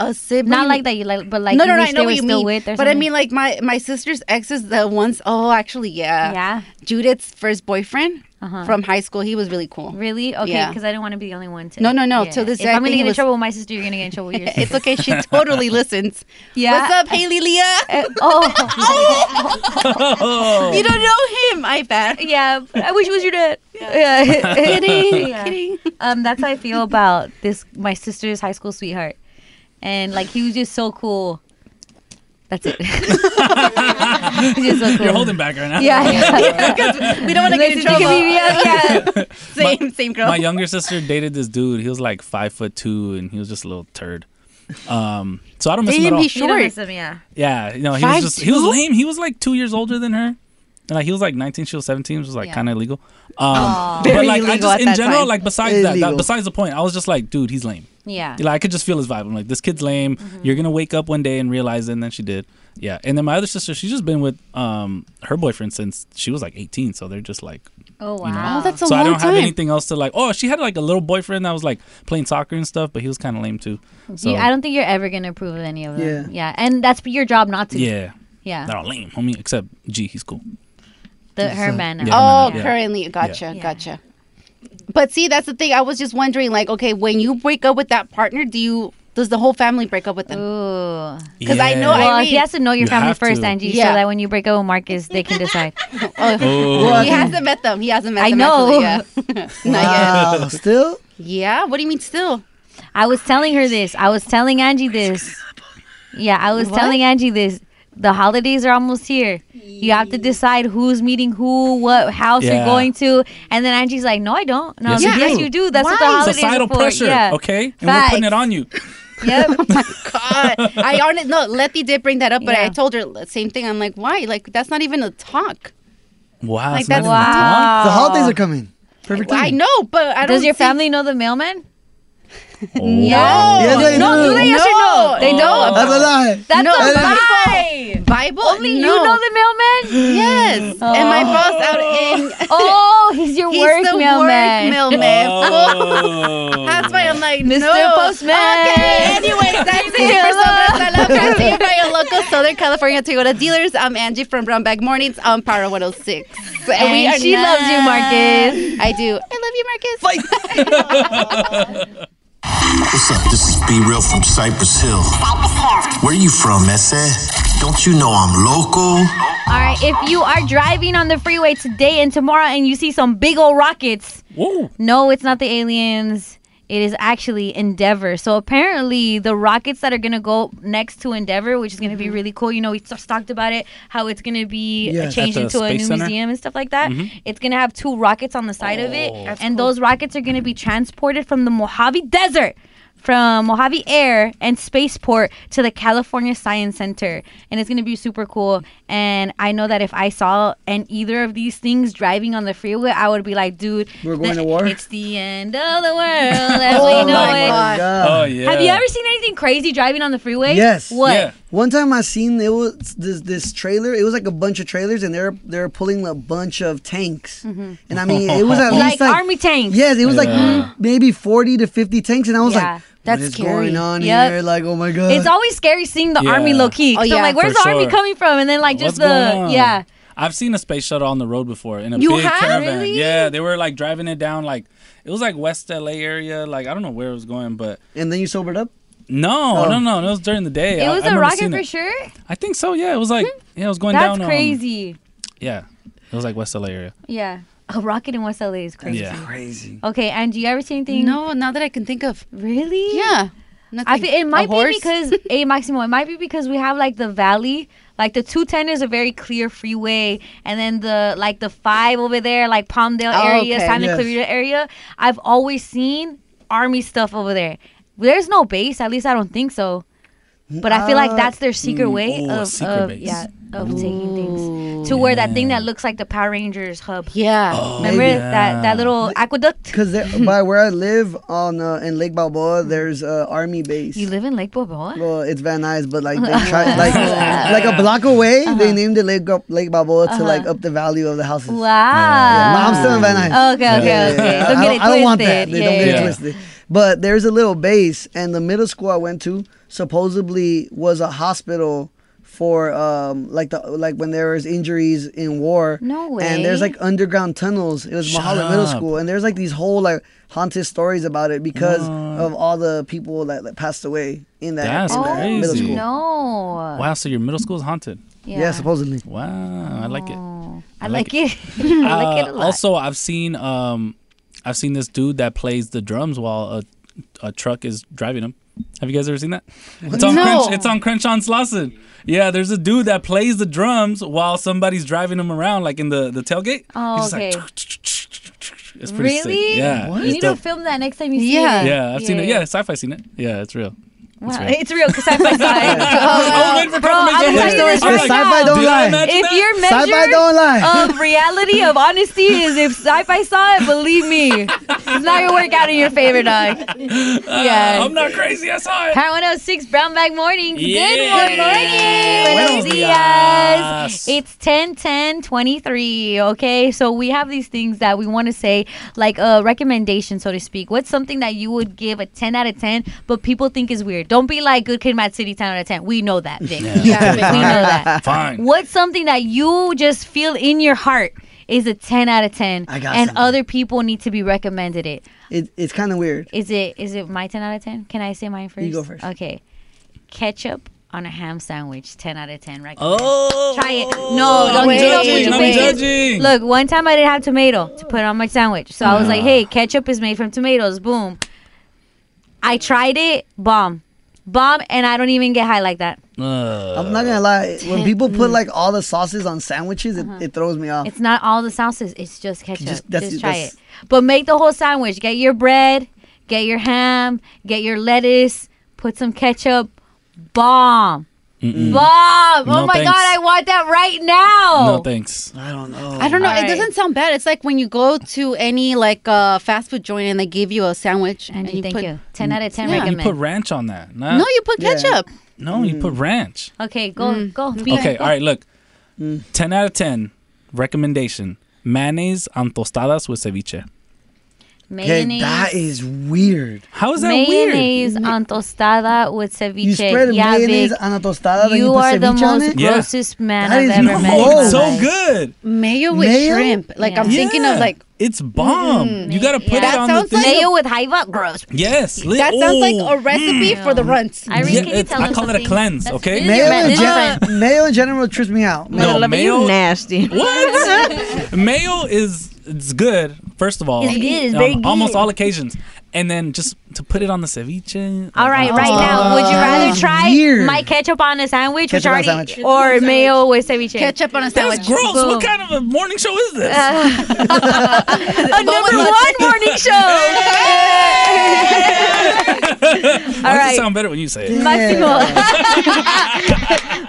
A sibling?
Not like that you like, but like
no,
you
no, no,
wish
I know
they
what
were
you
still
mean.
with. Or
But I mean, like my my sister's ex is the ones. Oh, actually, yeah,
Yeah.
Judith's first boyfriend
Uh-huh.
from high school. He was really cool.
really okay,
Yeah.
because I didn't want to be the only one to.
No, no, no, till this
if
day, I
I'm gonna get
think he
in
was-
trouble with my sister, you're gonna get in trouble with your sister.
It's okay. She totally listens.
Yeah.
What's up, Haley Leah?
oh.
You don't know him, I bet.
Yeah, I wish it was your dad. Yeah, kidding, kidding. Um, that's how I feel about this. My sister's high school sweetheart, and like he was just so cool. That's it. He's just so cool.
You're holding back right now.
Yeah, yeah.
we don't want to get in
Sister can
trouble.
be- yeah, yeah.
Same, same girl.
My younger sister dated this dude. He was like five foot two and he was just a little turd. Um so I don't miss him at
Damn,
all.
he's
You don't
short.
miss him, yeah.
Yeah, you know, he
Five
was just he was
two?
lame. He was like two years older than her. And like he was like 19, she was 17, which was like
Yeah.
kind of illegal.
Aw.
Um, but
Very
like I
illegal
just
at
in
that
general,
time.
like besides that, that,
Illegal.
besides the point, I was just like, dude, he's lame.
Yeah. Mm-hmm.
Like I could just feel his vibe. I'm like, this kid's lame. You're gonna wake up one day and realize it. And then she did. Yeah. And then my other sister, she's just been with um her boyfriend since she was like 18. So they're just like
Oh wow.
you know?
that's a
so I
long
don't have
time.
anything else to like. Oh, she had like a little boyfriend that was like playing soccer and stuff, but he was kind of lame too. So
You, I don't think you're ever gonna approve of any of them. Yeah. and that's your job not to.
yeah,
Yeah.
they're all lame, homie. Except G, he's cool.
The her man. uh,
Yeah,
oh,
man, yeah.
currently, gotcha, gotcha. But see, that's the thing. I was just wondering, like, okay, when you break up with that partner, do you does the whole family break up with them? Because I know
Well,
I
he has to know your
You
family
have
first,
to.
Angie, so
Yeah.
that when you break up with Marcus, they can decide.
Oh. He hasn't met them. He hasn't met
I
them.
know.
actually, yeah.
Not
Oh,
yet. Still?
Yeah. What do you mean still? I was telling her this. I was telling Angie this. Yeah, I was
What?
telling Angie this. The holidays are almost here. You have to decide who's meeting who, what house
Yeah.
you're going to, and then Angie's like, "No, I don't." No,
Yes, you do.
you do. That's what the holidays
Societal
are for.
pressure,
Yeah.
okay? And we're putting it on you.
I honestly no. Letty did bring that up, but I
Yeah.
told her the same thing. I'm like, why? Like that's not even a talk.
Wow.
Like,
it's not
that's-
even a
Wow.
talk?
The holidays are coming. Perfect
I
timing.
know, but I don't.
Does your
see-
family know the mailman?
No.
Oh. Yes, they
no,
do.
do they? Yes or no? They don't.
That's a lie.
That's
No,
a
Bible.
lie.
Bible.
Only
No.
you know the mailman.
Yes. And my boss out in.
Oh, he's your
He's
work
the
mailman.
work mailman.
Oh.
That's why I'm like, Mr. no. Postman. Okay. Anyways, that's it for Sobrasala. Brought to you by your local Southern California Toyota dealers. I'm Angie from Brown Bag Mornings on Power 106.
And she loves you, Marcus.
I do. I love you, Marcus.
What's up? This is Be Real from Cypress Hill. Where you from, Ese? Don't you know I'm local?
All right, if you are driving on the freeway today and tomorrow and you see some big old rockets, no, it's not the aliens. It is actually Endeavor. So apparently, the rockets that are gonna go next to Endeavor, which is gonna be really cool. You know, we just talked about it, how it's gonna be
Mm-hmm. Yeah.
changed
At
into
the
a
Space
new
Center?
museum and stuff like that.
Mhm.
It's gonna have two rockets on the side of it,
Oh, That's
and
cool.
those rockets are gonna be transported from the Mojave Desert. From Mojave Air and Spaceport to the California Science Center. And it's gonna be super cool. And I know that if I saw and either of these things driving on the freeway, I would be like, dude,
We're going
the-
to war?
It's the end of the world as we know it.
Oh,
yeah.
Have you ever seen anything crazy driving on the freeway?
Yes.
What?
One time I seen it was this this trailer. It was like a bunch of trailers, and they're they're pulling a bunch of tanks. And I mean, it was at
Mm-hmm. Like
least like
army tanks.
Yes, it was like
Yeah.
mm, maybe forty to fifty tanks, and I was
Yeah,
like,
that's
what is
scary.
going on
Yep.
here? Like, oh my god,
It's always scary seeing the
Yeah.
army low key.
Oh,
I'm
yeah.
like,
For
where's the army
sure.
coming from? And then like just
What's
the
going on?
yeah.
I've seen a space shuttle on the road before in a
You
big
have?
caravan.
Really?
Yeah, they were like driving it down like it was like West LA area. Like I don't know where it was going, but
and then you sobered up.
No,
Oh.
no, no, no. It was during the day.
it
I-
was
I
a
remember
rocket
seeing
for
it.
sure.
I think so. Yeah, it was like yeah, it was going
Hmm. That's
down. um,
crazy.
yeah, it was like West LA area.
yeah. A rocket in West LA is crazy.
Yeah.
crazy.
Okay, and do you ever see anything?
No, not that I can think of.
Really?
Yeah.
I feel it
A
might be
horse?
because a Maximo. It might be because we have like the valley, like the two ten is a very clear freeway, and then the like the five over there, like Palmdale
Oh,
area,
okay.
Santa
Yes.
Clarita area. I've always seen army stuff over there. There's no base, at least I don't think so. But I feel like
Uh,
that's their secret
mm,
way
ooh, a
of,
secret
of-
base.
yeah of taking things to where that thing that looks like the Power Rangers hub.
Yeah,
remember
Maybe.
that that little aqueduct?
Because by where I live on uh, in Lake Balboa, there's a army base. You
live in Lake Balboa? Uh-huh.
Well, it's Van Nuys, but like they try like like a block away, they named it Lake Gal- Lake Balboa to like up the value of the houses.
Wow.
Yeah, I'm still in Van Nuys.
Okay, okay, okay.
I
Don't get it
I don't want that.
twisted.
They
Yeah,
don't get
yeah,
it
yeah.
twisted. But there's a little base, and the middle school I went to supposedly was a hospital for um like the like when there was injuries in war.
No
And there's
way.
like underground tunnels. It was Mahalo Middle
up.
School, and there's like these whole like haunted stories about it because of all the people that, that passed away in that,
That's
in that middle
crazy.
school.
No.
Wow, so your middle school is haunted.
Yeah. Yeah,
supposedly.
Wow, I like it.
I like it. I like it a
Uh,
lot.
Also, I've seen um, I've seen this dude that plays the drums while a, a truck is driving him. Have you guys ever seen that? It's on
No.
Crunch. It's on Crunchon's Lawson. Yeah, there's a dude that plays the drums while somebody's driving him around, like in the the tailgate.
Oh,
He's just
okay.
like, it's pretty sick.
really?
Yeah.
You
it's
need
dope.
to film that next time you see
yeah.
it.
I've seen it. Yeah, sci-fi seen it. Yeah, it's real.
Wow.
real.
It's real because sci-fi saw it.
I'm waiting for
Oh, Bro, I'm
confirmation.
telling you this
I'm
right
like,
now.
sci-fi don't Did I lie. imagine
If
that?
your
Sci-fi
measure
don't lie.
of reality, of honesty, is if sci-fi saw it, believe me, it's not gonna work out in your favor, dog. Yeah.
Uh, I'm not crazy. I saw it.
Power 106 Brown Bag Mornings. Good
Yeah.
morning. Buenos
Buenos
dias.
dias.
It's 10 10 23. Okay. So we have these things that we want to say, like a recommendation, so to speak. What's something that you would give a 10 out of 10, but people think is weird? Don't be like Good Kid Mad City 10 out of 10. We know that, Vic.
Yeah,
we know that.
Fine.
What's something that you just feel in your heart? is a ten out of ten,
I got
and
something.
other people need to be recommended it.
It, it's kind of weird.
Is it is it my ten out of ten? Can I say mine first?
You go first.
Okay, ketchup on a ham sandwich, ten out of ten. Right.
Oh,
try it. No,
I'm
don't do it.
judging,
Don't
I'm
do it.
judging.
Look, one time I didn't have tomato to put on my sandwich, so I was like,
Ah.
"Hey, ketchup is made from tomatoes." Boom. I tried it. Bomb, bomb, and I don't even get high like that.
I'm not gonna lie. When people put
Mm.
like all the sauces on sandwiches, it, it throws me off.
It's not all the sauces. It's just ketchup. Just,
Just- that's-
try
that's-
it. But make the whole sandwich. Get your bread. Get your ham. Get your lettuce. Put some ketchup. Bomb.
Mm-mm.
Bomb. oh
Mm. No
my God, I
thanks.
want that right now.
No thanks.
I don't know.
I don't know.
All
It
right.
doesn't sound bad. It's like when you go to any like uh, fast food joint and they give you a sandwich and, you
thank
put,
you. 10 out of 10
Yeah.
You
recommend.
put ranch on that. Nah.
No, you put ketchup.
No,
Mm.
you put ranch.
Okay, go, go. Be-
Mm. Okay,
go.
all right, look.
Mm.
10 out of 10 recommendation. Mayonnaise on tostadas with ceviche.
Mayonnaise.
is weird.
How is that
mayonnaise on tostada with ceviche.
You spread
yeah,
mayonnaise
Vic.
on a tostada, then you
You
put
are the
ceviche on
most
it? Yeah.
grossest man
That
I've
is
ever met. in
gross.
my
It's so
life.
Oh, Good.
Mayo with
Mayo?
shrimp. Like I'm
Yeah.
thinking of like Mm-hmm.
It's bomb. You got to put
That
it on
sounds
the
like
thing.
a-
mayo with haiva. Gross.
Yes. Mm.
that sounds like a recipe for the runts.
Irene,
Yeah, it's- I call it a cleanse, okay?
Mayo, in gen- mayo in general trips me out.
No,
Mayo-
mayo
nasty.
What? mayo is it's good. First of all,
It's good, it's
on
very good.
almost all occasions, and then just to put it on the ceviche.
All right,
Oh,
right now, would you rather try my ketchup on a sandwich,
Ketchup on a
which already, or
sandwich.
mayo with ceviche?
Ketchup on a
That's gross. What kind of a morning show is this?
Uh,
a number one morning show?
That
right.
just sound better when you say it.
Maximo.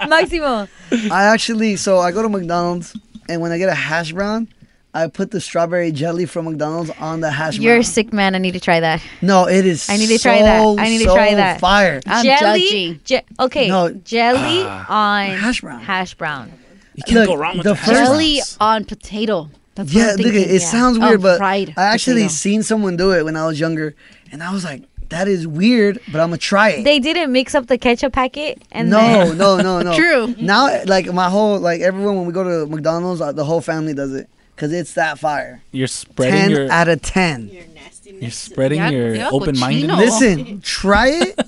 Maximo.
I actually, so I go to McDonald's, and when I get a hash brown, I put the strawberry jelly from McDonald's on the hash
You're a
brown.
sick man. I need to try that.
No, it is.
I need to try that.
so,
I need to
so
try that.
Fire.
jelly. Je- okay,
No.
jelly
Ah.
on hash brown. Hash brown.
You
can't Look, go wrong with the the hash first-
jelly on potato. That's what
Yeah,
I'm
look, it,
thinking.
it sounds weird,
Oh,
but
fried
I actually
potato.
seen someone do it when I was younger, and I was like, that is weird, but I'm gonna try it.
They didn't mix up the ketchup packet and
no,
then-
no, no, no.
True.
Now, like my whole like everyone when we go to McDonald's, uh, the whole family does it because it's that fire.
You're spreading
ten
your
out of ten.
you're spreading your
Yeah,
open minded.
Listen, try it.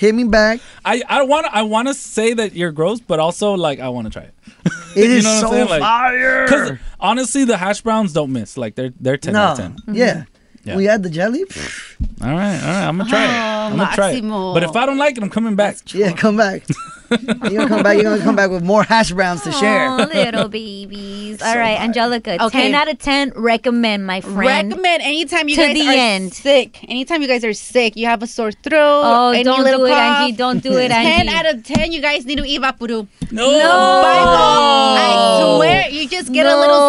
Hit me back.
I I want I want to say that you're gross, but also like I want to try it.
It is so fire.
Because honestly, the hash browns don't miss. Like they're they're ten out of
No.
ten.
Mm-hmm.
Mm.
Yeah.
Yeah.
We add the jelly. pfft,
All right, all right. I'm gonna try it.
Oh,
I'm gonna try it.
Maximo.
But if I don't like it, I'm coming back.
Yeah, come back. you're gonna come back. You're gonna come back with more hash browns to share.
Aw, little babies. All right, Angelica. Ten out of ten. Recommend, my friend.
Recommend anytime you
To
guys
the
are
end.
sick. Anytime you guys are sick, you have a sore throat.
Oh,
any
don't
little
do it,
cough.
Angie. Don't do it,
Ten
Angie.
out of ten, you guys need to eat vapuru.
No,
I swear, you just get a little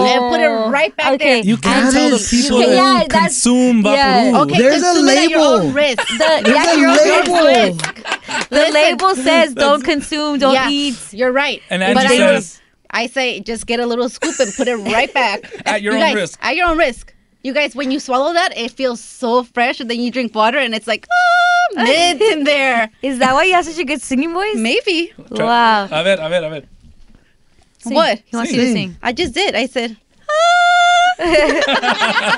scoop and put it right back there.
You can't tell the people
can- yeah,
that
that's-
consume
yeah.
Vaporub.
Okay, There's a consume it at your own label. risk.
The,
There's
yeah,
a
your own
label.
risk. The
Listen.
label says don't consume, don't
Yeah,
eat.
You're right.
And Angie
I,
says-
I say just get a little scoop and put it right back.
At your
You
own
guys,
risk.
At your own risk. You guys, when you swallow that, it feels so fresh, and then you drink water, and it's like, ah, mint in there.
Is that why you have such a good singing voice?
Maybe.
Try-
Wow.
A ver, a ver, a ver.
Sing.
What?
He wants you to Sing. sing.
I just did. I said.
Ah.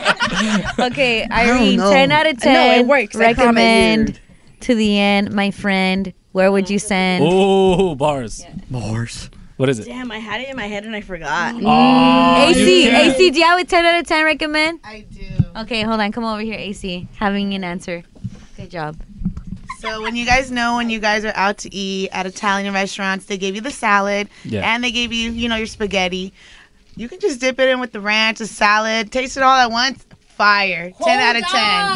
okay,
I don't
Irene,
know.
10 out of
No,
10.
it works. I promise.
Recommend to the end, my friend. Where would you send?
Oh, bars.
Bars.
What is it?
Damn, I had it in my head and I forgot.
Aw, you
AC,
can't.
AC, do you have a 10 out of 10 recommend? I do. Okay, hold on. Come over here, AC. Having an answer. Good job.
So when you guys know when you guys are out to eat at Italian restaurants, they give you the salad
Yeah.
and they give you, you know, your spaghetti. You can just dip it in with the ranch, the salad, taste it all at once. Fire. 10 out of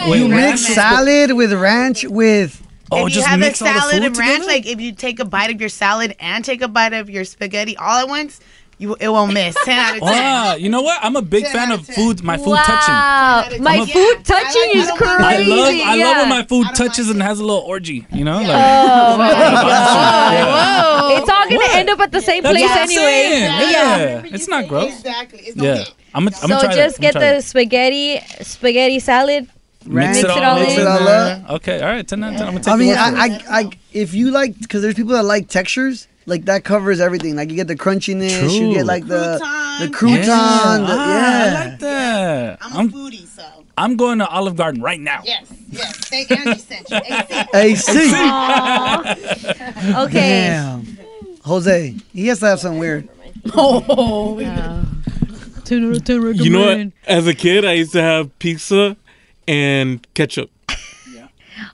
10.
you mix
Recommend.
salad with ranch with.
Oh,
if you have a salad and ranch, like if you take a bite of your salad and take a bite of your spaghetti all at once, you it won't miss. Ten out of ten.
Wow, Ah, you know what? I'm a big fan of food. My food
Wow.
touching.
My
I'm a-
food touching is crazy.
I love, I love
yeah.
when my food touches and has a little orgy. You know, like
Oh, my God.
Yeah.
Whoa. It's all going to end up at the same
That's
place
what I'm
anyway.
saying. Yeah. it's not gross.
Exactly.
yeah, I'm gonna
so
I'm gonna try
just
that.
get
I'm gonna
the spaghetti, spaghetti salad.
try that.
Mix it all
mix
in.
it all
Mix it all
up. Okay, all right, ten out of ten. I'm gonna take.
I mean,
your word for it.
I, I, I, if you like, because there's people that like textures. like that covers everything. Like you get the crunchiness, you
True.
get like the the
Yeah.
crouton. Yeah, the,
Ah,
yeah.
I like that. I'm, a foodie, so. I'm going to Olive Garden right now.
Yes, yes. Thank Angie sent you.
AC.
Okay.
Damn. Jose, he has to have something weird.
Oh.
You know what? As a kid, I used to have pizza and ketchup.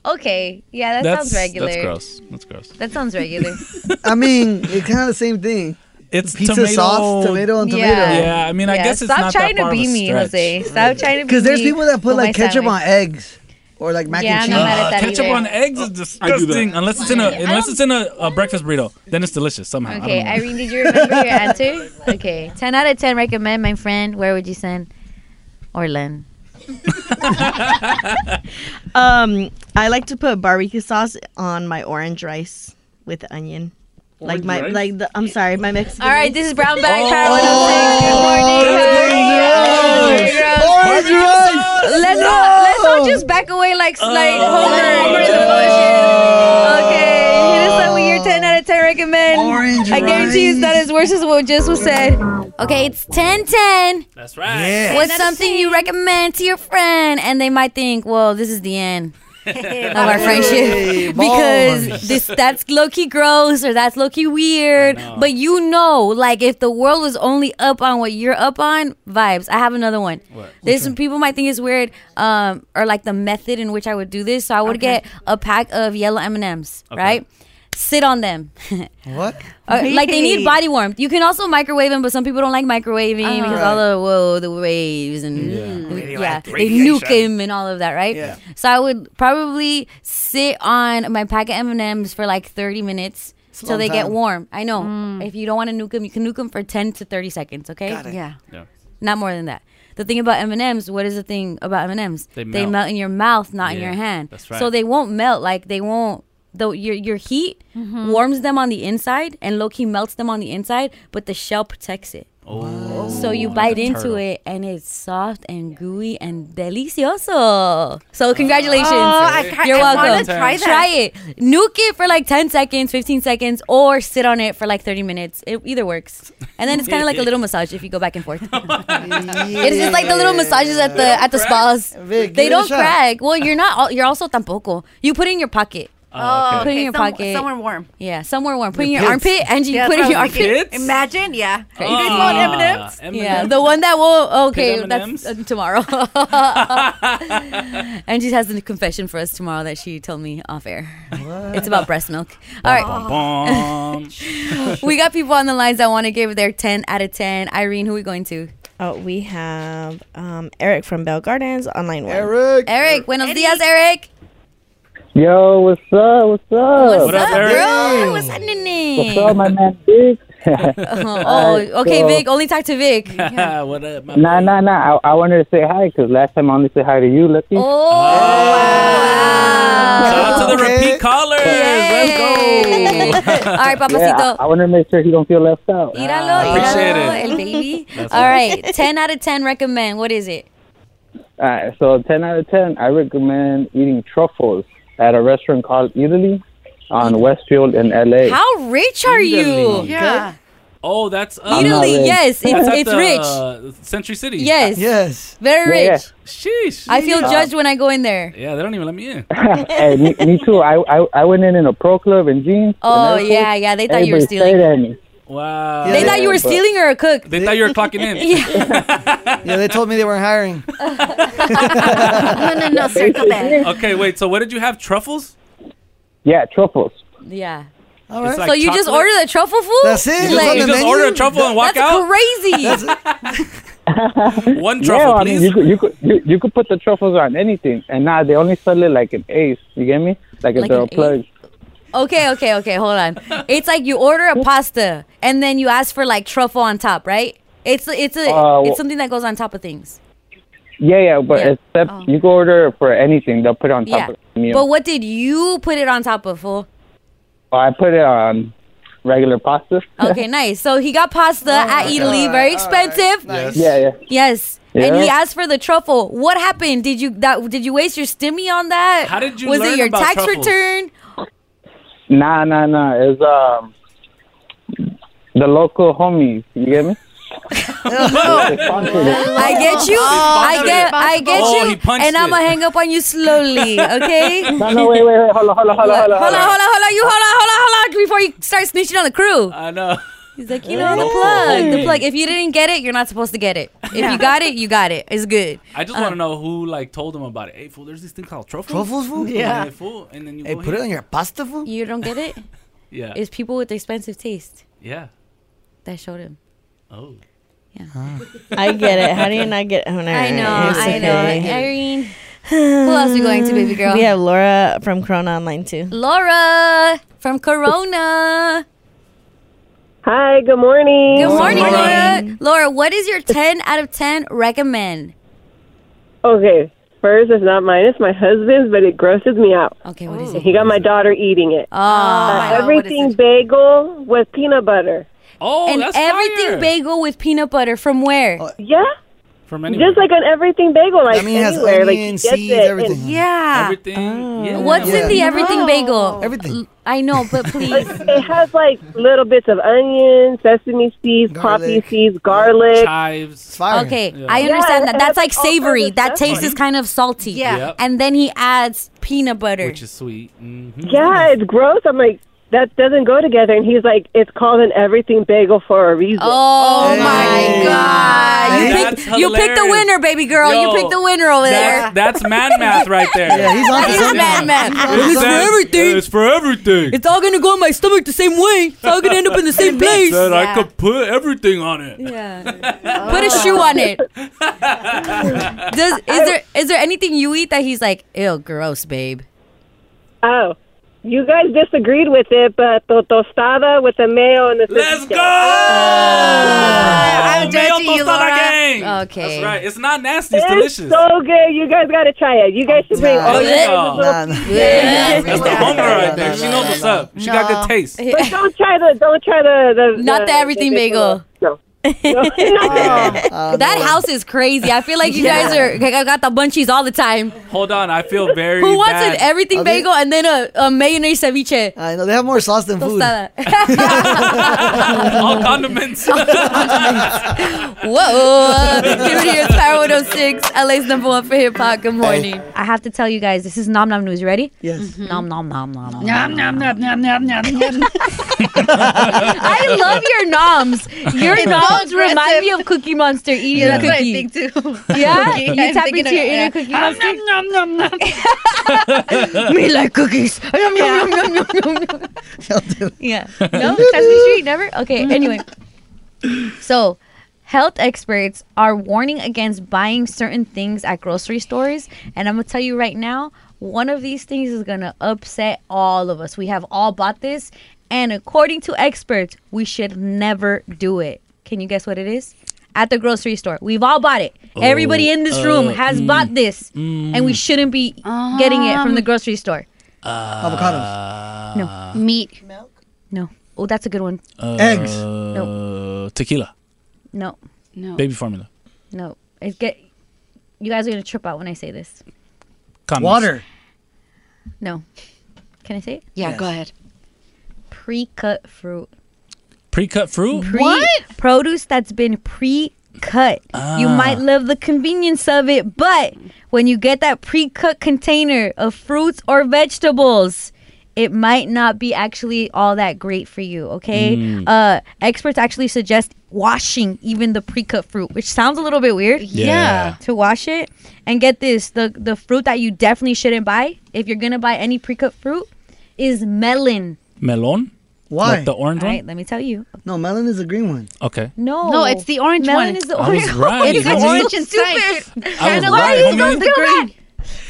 Okay, yeah, that sounds regular.
That's gross.
That sounds regular.
I mean, it's kind of the same thing.
It's
pizza
tomato-
sauce, tomato, and
Yeah.
tomato.
Yeah, I mean, I guess it's
stop
not that
trying
far
to
of a
be me,
stretch.
Jose. Stop trying to be me.
Because there's people that put
with
like
my
ketchup on
sandwich.
eggs or like mac
Yeah,
and
I'm
cheese.
not mad at
Uh,
that
ketchup
either.
on eggs is
I do that.
disgusting unless it's in a unless it's in a,
Um,
a breakfast burrito. Then it's delicious somehow.
Okay,
I don't know.
Irene, did you remember your answer? Okay, ten out of ten. Recommend my friend. Where would you send? Orland.
Um, I like to put barbecue sauce on my orange rice with onion.
Orange
like my
rice?
like the I'm sorry, my Mexican.
All right, this is Brown
Oh,
Bag Power 106. Good morning.
Orange rice.
Orange
Orange
rice. Oh, Let's not let's not just back away like like Homer. Homer the bullshit. Okay, hit us up with your 10 out of 10 recommend. Orange I guarantee you it's not as worse as what just was said. Okay, it's 10 10.
That's right.
What's something you recommend to your friend? And they might think, well, this is the end of our
Hey,
friendship because
bars.
this that's low key gross or that's low key weird. But you know, like if the world was only up on what you're up on, vibes. I have another one. There's some people might think it's weird, um, or like the method in which I would do this. So I would get a pack of yellow M and M's,
Okay.
right? Sit on them.
What?
Uh, like they need
Wait.
body warmth. You can also microwave them, but some people don't like microwaving
Uh-huh.
because all the whoa the waves and yeah, they
radiation.
nuke him and all of that, right?
Yeah.
So I would probably sit on my pack of M and M's for like thirty
a
minutes till
long
they get
time.
warm. I know. If you don't want to nuke them, you can nuke them for ten to thirty seconds. Okay. Yeah. Not more than that. The thing about M and M's, what is the thing about M and M's?
They
They
melt.
melt in your mouth, not in
Yeah,
your hand.
that's
So
right.
they won't melt. Like they won't. Though your your heat
Mhm.
warms them on the inside and low key melts them on the inside, but the shell protects it.
Oh.
So you
Like
bite
a
into
turtle.
it and it's soft and gooey and delicioso. So congratulations.
Oh, I ca-
You're
I
welcome.
wanna try that.
Try it. Nuke it for like 10 seconds, 15 seconds, or sit on it for like 30 minutes. It either works. And then it's kind of like a little massage if you go back and forth. It's just like the little massages at the at the spas.
Vic, give
they
it
don't
a shot.
crack. Well, you're not. al- You're also tampoco. You put it in your pocket.
Oh, okay.
Put it in
Okay,
your
some-
pocket.
somewhere
warm. Yeah, somewhere warm. Put it in
Your
your
pits.
armpit, and you
Yeah,
put it
that's
in your
what I was
armpit.
thinking.
Imagine, yeah.
You guys want Ah, M&Ms?
Yeah, the one that will. Okay,
Pit
that's uh, tomorrow. Angie has a confession for us tomorrow that she told me off air. It's about breast milk. All right. we got people on the lines that want to give their 10 out of 10. Irene, who we going to?
Oh, we have um, Eric from Bell Gardens online. One.
Eric.
Eric, buenos dias, Eric.
Yo, what's up? What's up?
What's up, bro? What's happening?
What's up, my man, Vic?
Oh, okay, Vic. Only talk to Vic.
what up?
Nah, nah, nah. I, I wanted to say hi because last time I only said hi to you, Lucky.
Oh, Uh,
Shout out to the repeat callers. Let's go.
All right,
yeah,
papacito.
I, want to make sure he don't feel left out.
Íralo,
appreciate
íralo,
it.
el baby.
That's
All
it.
right, 10 out of 10 recommend. What is it?
All right, so 10 out of 10, I recommend eating truffles at a restaurant called Italy on Westfield in LA.
How rich are you?
Italy. Yeah. Oh, that's uh,
I'm not
Italy,
rich.
yes, it's,
That's at
it's
the,
rich.
uh, Century City.
Yes. Yes. Very
Yeah,
rich.
Sheesh.
I feel
Uh,
judged when I go in there.
Yeah, they don't even let me in.
hey, me, me too. I, I I went in in a pro club and jeans.
Oh,
and everything.
yeah, yeah, they thought you were
Everybody
stealing.
stared at me.
Wow.
they thought you were
but-
stealing or a cook.
They thought you were clocking in.
Yeah, they told me they weren't hiring.
no, no, no, circle back.
Okay, wait. So, what did you have? Truffles?
Yeah, truffles.
Yeah.
All
right.
so
like
you just
chocolate?
order the truffle food?
That's it?
You just, you just order a truffle and walk
That's
out?
crazy.
One
yeah,
truffle,
I mean,
please.
you could, you, could, you, you could put the truffles on anything. And now they only sell it like an ace. You get me? Like if
Like
they're
an
a plug.
Okay, okay, okay. Hold on. It's like you order a pasta and then you ask for like truffle on top, right? It's it's a
Uh,
it's
well-
something that goes on top of things.
Yeah, yeah, but
Yeah.
except
Oh.
you could order it for anything. They'll put it on top
Yeah.
of the meal.
But what did you put it on top of? Fool?
Oh, I put it on regular pasta.
Okay, nice. So he got pasta
Oh
at Italy, very expensive.
Yeah, yeah.
Yes. And
Yeah.
he asked for the truffle. What happened? Did you that did you waste your stimmy on that?
How did you
Was
learn
it your
about
tax
truffles?
return?
Nah, nah, nah. It's um, the local homies. You get me?
I get you.
Oh,
I get. I get
Oh, he
you.
punched
And I'm gonna
it.
hang up on you slowly. Okay.
No, no, wait, wait, wait. Hold on, hold on, hold on, hold on.
Hold on, hold on, hold on. You hold on, hold on, hold on. Before you start snitching on the crew.
I know. Oh.
He's like, you know, the plug, the plug. If you didn't get it, you're not supposed to get it. If you got it, you got it. It's good.
I just
Uh.
want to know who like told him about it. Hey fool, there's this thing called truffles.
Truffles, fool? Yeah.
fool. And then you
Hey,
go
put
here.
it on your pasta food.
You don't get it.
Yeah.
It's people with expensive taste
yeah.
that showed him.
Oh.
Yeah.
I get it. How do you not get? Oh, no,
I know,
it's
I know. Irene,
Who
else we going to, baby girl?
We have Laura from Corona Online too.
Laura from Corona.
Hi, good morning.
Good morning, Laura. Laura, what is your 10 out of 10 recommend?
Okay, first, it's not mine, it's my husband's, but it grosses me out.
Okay, what is
it? He got my daughter eating it. Oh,
I know, what is
everything bagel with peanut butter.
Oh,
and
that's
everything
fire.
bagel with peanut butter from where?
Uh,
yeah.
From
Just like an everything bagel, like anywhere. like, he gets it, and-
Yeah.
Everything. Yeah.
What's in the everything
No.
bagel? Everything. I know, but please.
It has like little bits of onion, sesame seeds, poppy seeds, garlic,
chives.
Okay, I understand
Yeah,
that.
it
That's
has
like
all kinds
savory.
of
That
stuff
taste
on
is kind of salty.
Yeah.
Yep.
And then he adds peanut butter.
Which is sweet. Mm-hmm.
Yeah, it's gross. I'm like, that doesn't go together. And he's like, it's called an everything bagel for a reason.
Oh my god! You
That's
picked, you picked the
hilarious.
winner, baby girl.
Yo,
you picked the winner over there.
That's, that's man math right there.
Yeah, he's onto That is something. man math.
He's
It's
onto
for
something.
everything.
It's for everything.
It's all gonna go in my stomach the same way. It's all gonna end up in the same place.
Said I could put everything on it.
Yeah. Put a
Oh.
shoe on it. Does is there is there anything you eat that he's like, ew, gross, babe?
Oh, you guys disagreed with it, but the tostada with the mayo and the Let's go!
I'm judging you, Laura. Gang.
Okay.
That's right. It's not nasty. It's delicious.
so good. You guys got to try it. You guys should bring all your guys'
Oh,
little
yeah. That's the homie right there. She knows what's up. She got good taste.
But don't try the don't try the, the
Not the everything bagel.
No. No.
Um,
that house is crazy. I feel like you
Yeah.
guys are. I got the bunchies all the time.
Hold on. I feel very
Who wants
bad.
an everything bagel and then a, a mayonnaise ceviche?
I know they have more sauce than food.
All condiments.
Whoa! Dude, here's Power 106, LA's number one for hip hop. Good morning. I have to tell you guys, this is Nom Nom News. Ready? Yes.
Mm-hmm.
Nom Nom Nom Nom Nom.
Nom, nom, nom, nom, nom, nom, nom.
I love your noms. Your
It's so
noms remind
aggressive.
me of Cookie Monster eating
Yeah,
a
that's what I
cookie.
think
too. Yeah,
Cookie.
you
I'm
tap
thinking
into
of-
your
yeah.
inner Cookie
Nom,
Monster.
nom, nom, nom.
Me like cookies. Yum, yum, yum, yum, yum, yum. Yeah. No, Sesame Street, never?
Mm.
Okay, anyway. So, health experts are warning against buying certain things at grocery stores. And I'm going to tell you right now, one of these things is going to upset all of us. We have all bought this. And according to experts, we should never do it. Can you guess what it is? At the grocery store. We've all bought it. Everybody in this room
uh,
has
mm, Um,
bought this. And we shouldn't be getting it from the grocery store.
uh,
Avocados.
No.
Meat.
Milk? No. Oh, that's a good one.
Eggs.
No.
Uh,
Oh.
Tequila.
No. No.
Baby formula.
No. It get you guys are gonna trip out when I say this.
Condoms.
Water.
No. Can I say it?
Yeah, Yes. go ahead.
Pre cut fruit.
Pre-cut fruit.
Pre- Produce that's been pre cut. You
Ah.
might love the convenience of it, but when you get that pre cut container of fruits or vegetables, it might not be actually all that great for you, okay?
Mm.
Uh, experts actually suggest washing even the pre cut fruit, which sounds a little bit weird.
Yeah. Yeah.
To wash it. And get this the, the fruit that you definitely shouldn't buy, if you're gonna buy any pre cut fruit, is melon.
Melon.
Why?
Like the orange
All
one.
right, let me tell you.
No, melon is the green one.
Okay.
No,
No, it's the orange
melon
one.
is the
I
orange.
was right,
It's the
homie.
orange and
Stupid.
sight.
I was
Kinda
right,
like
homie.
goes the green.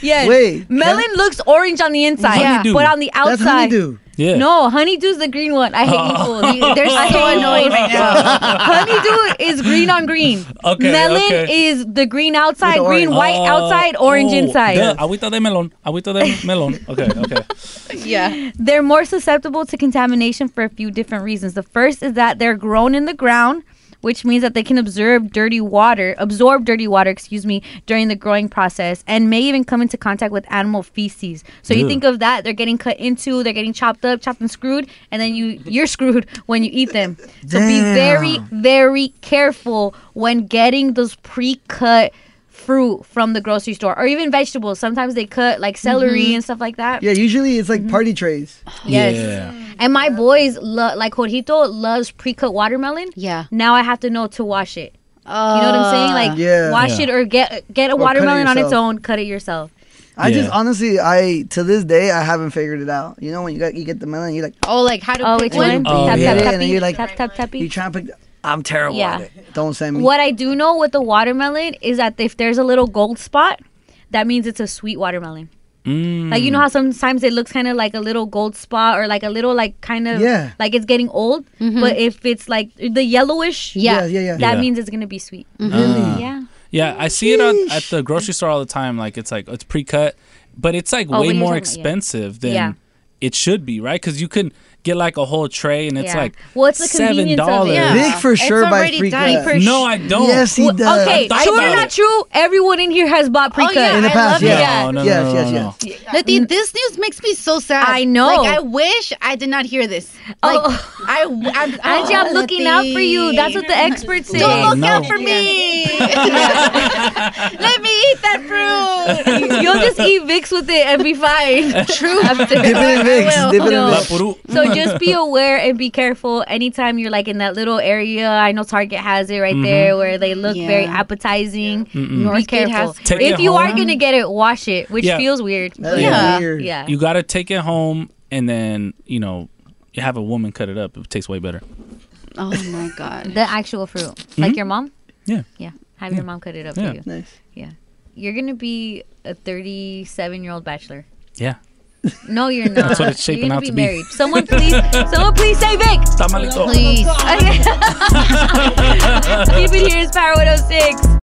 Yes.
Wait,
melon looks orange on the inside,
Honeydew.
but on the
That's
outside.
honeydew. Yeah.
No, honeydew's the green one. I hate
Oh.
you fools.
They're so
I hate you
annoying
fools.
right now.
honeydew is green on green.
Okay,
melon
okay.
is the green outside,
With the
green
orange.
white
Oh,
outside, orange
oh,
inside.
duh. Agüita de melon. Agüita de melon. Okay, okay.
Yeah. They're more susceptible to contamination for a few different reasons. The first is that they're grown in the ground which means that they can observe dirty water, absorb dirty water, excuse me, during the growing process, and may even come into contact with animal feces. So you
Ew.
think of that, they're getting cut into, they're getting chopped up, chopped and screwed, and then you you're screwed when you eat them. So be very, very careful when getting those pre-cut fruit from the grocery store or even vegetables. Sometimes they cut like celery
Mhm.
and stuff like that.
Yeah, usually it's like party trays.
Mm-hmm. Yes. And my boys lo- like Jorgito loves pre-cut watermelon. Yeah. Ah. Now I have to know to wash it. you know what I'm saying? Like
Yeah.
wash
Yeah.
it or get get a
Or cut it
watermelon on its
yourself.
own, cut it yourself.
I
Yeah.
just honestly, I to this day, I haven't figured it out. You know when you got you get the melon, you're like,
Oh, like how to pick
it's
one?
one piece.
Tap,
Oh, Yeah,
tap,
and then
tappy,
you're like-
tap, tap, tappy.
you trying to pick. I'm terrible
Yeah.
at it. Don't send me.
What I do know with the watermelon is that if there's a little gold spot, that means it's a sweet watermelon.
Mm.
Like you
Hmm.
know how sometimes it looks kind of like a little gold spot or like a little like kind of
Yeah.
like it's getting old.
Mm-hmm.
But if it's like the yellowish,
Yeah. Yeah, yeah, yeah.
that
Yeah.
means it's gonna be sweet.
Mm-hmm.
Ah.
Yeah.
Yeah, I see it on, at the grocery store all the time. Like it's like it's pre-cut, but it's like
Oh,
way
when you're
more
talking about- yeah.
expensive than
Yeah.
it should be, right? Because you can get like a whole tray, and it's
Yeah.
like
Well, it's the
seven
convenience of
dollars.
it. Yeah. Vic for It's sure buys already pre-cut. done. For
No,
sh-
I don't.
Yes, he Well, does.
Okay,
I thought
true
about
or
it.
not true, everyone in here has bought pre-cut.
Oh, yeah, In the I past, love yeah. it.
No, no,
Yes,
no, no,
yes,
no.
yes.
Lati, this news makes me so sad. I
know.
Like I wish I did not hear this. Like I, I'm, oh,
Angie, I'm looking out for you. That's what the experts say.
Don't look
No.
out for me. Let me eat that fruit.
You'll just eat Vicks with it and be fine. True.
Dip it in Vicks, dip it in Vicks.
So just be aware and be careful anytime you're like in that little area. I know Target has it right
Mhm.
there where they look
Yeah.
very appetizing.
Mm-mm.
Be
Northgate
careful.
has Take it
if you are
home.
going to get it, wash it, which
Yeah.
feels weird.
That
but-
is
yeah.
weird.
Yeah.
You gotta take it home, and then you know, you have a woman cut it up. It tastes way better.
Oh my god. the actual fruit. Like
Mhm.
your mom?
Yeah.
Yeah. Have your mom cut it up
Yeah.
for you. Yeah. You're going to be a 37-year-old bachelor.
Yeah.
No, you're not.
That's what it's shaping
You're gonna
out
be
to be.
married. Someone please, someone please say Vic.
Tamalito.
oh Please. Keep it here. It's Power 106.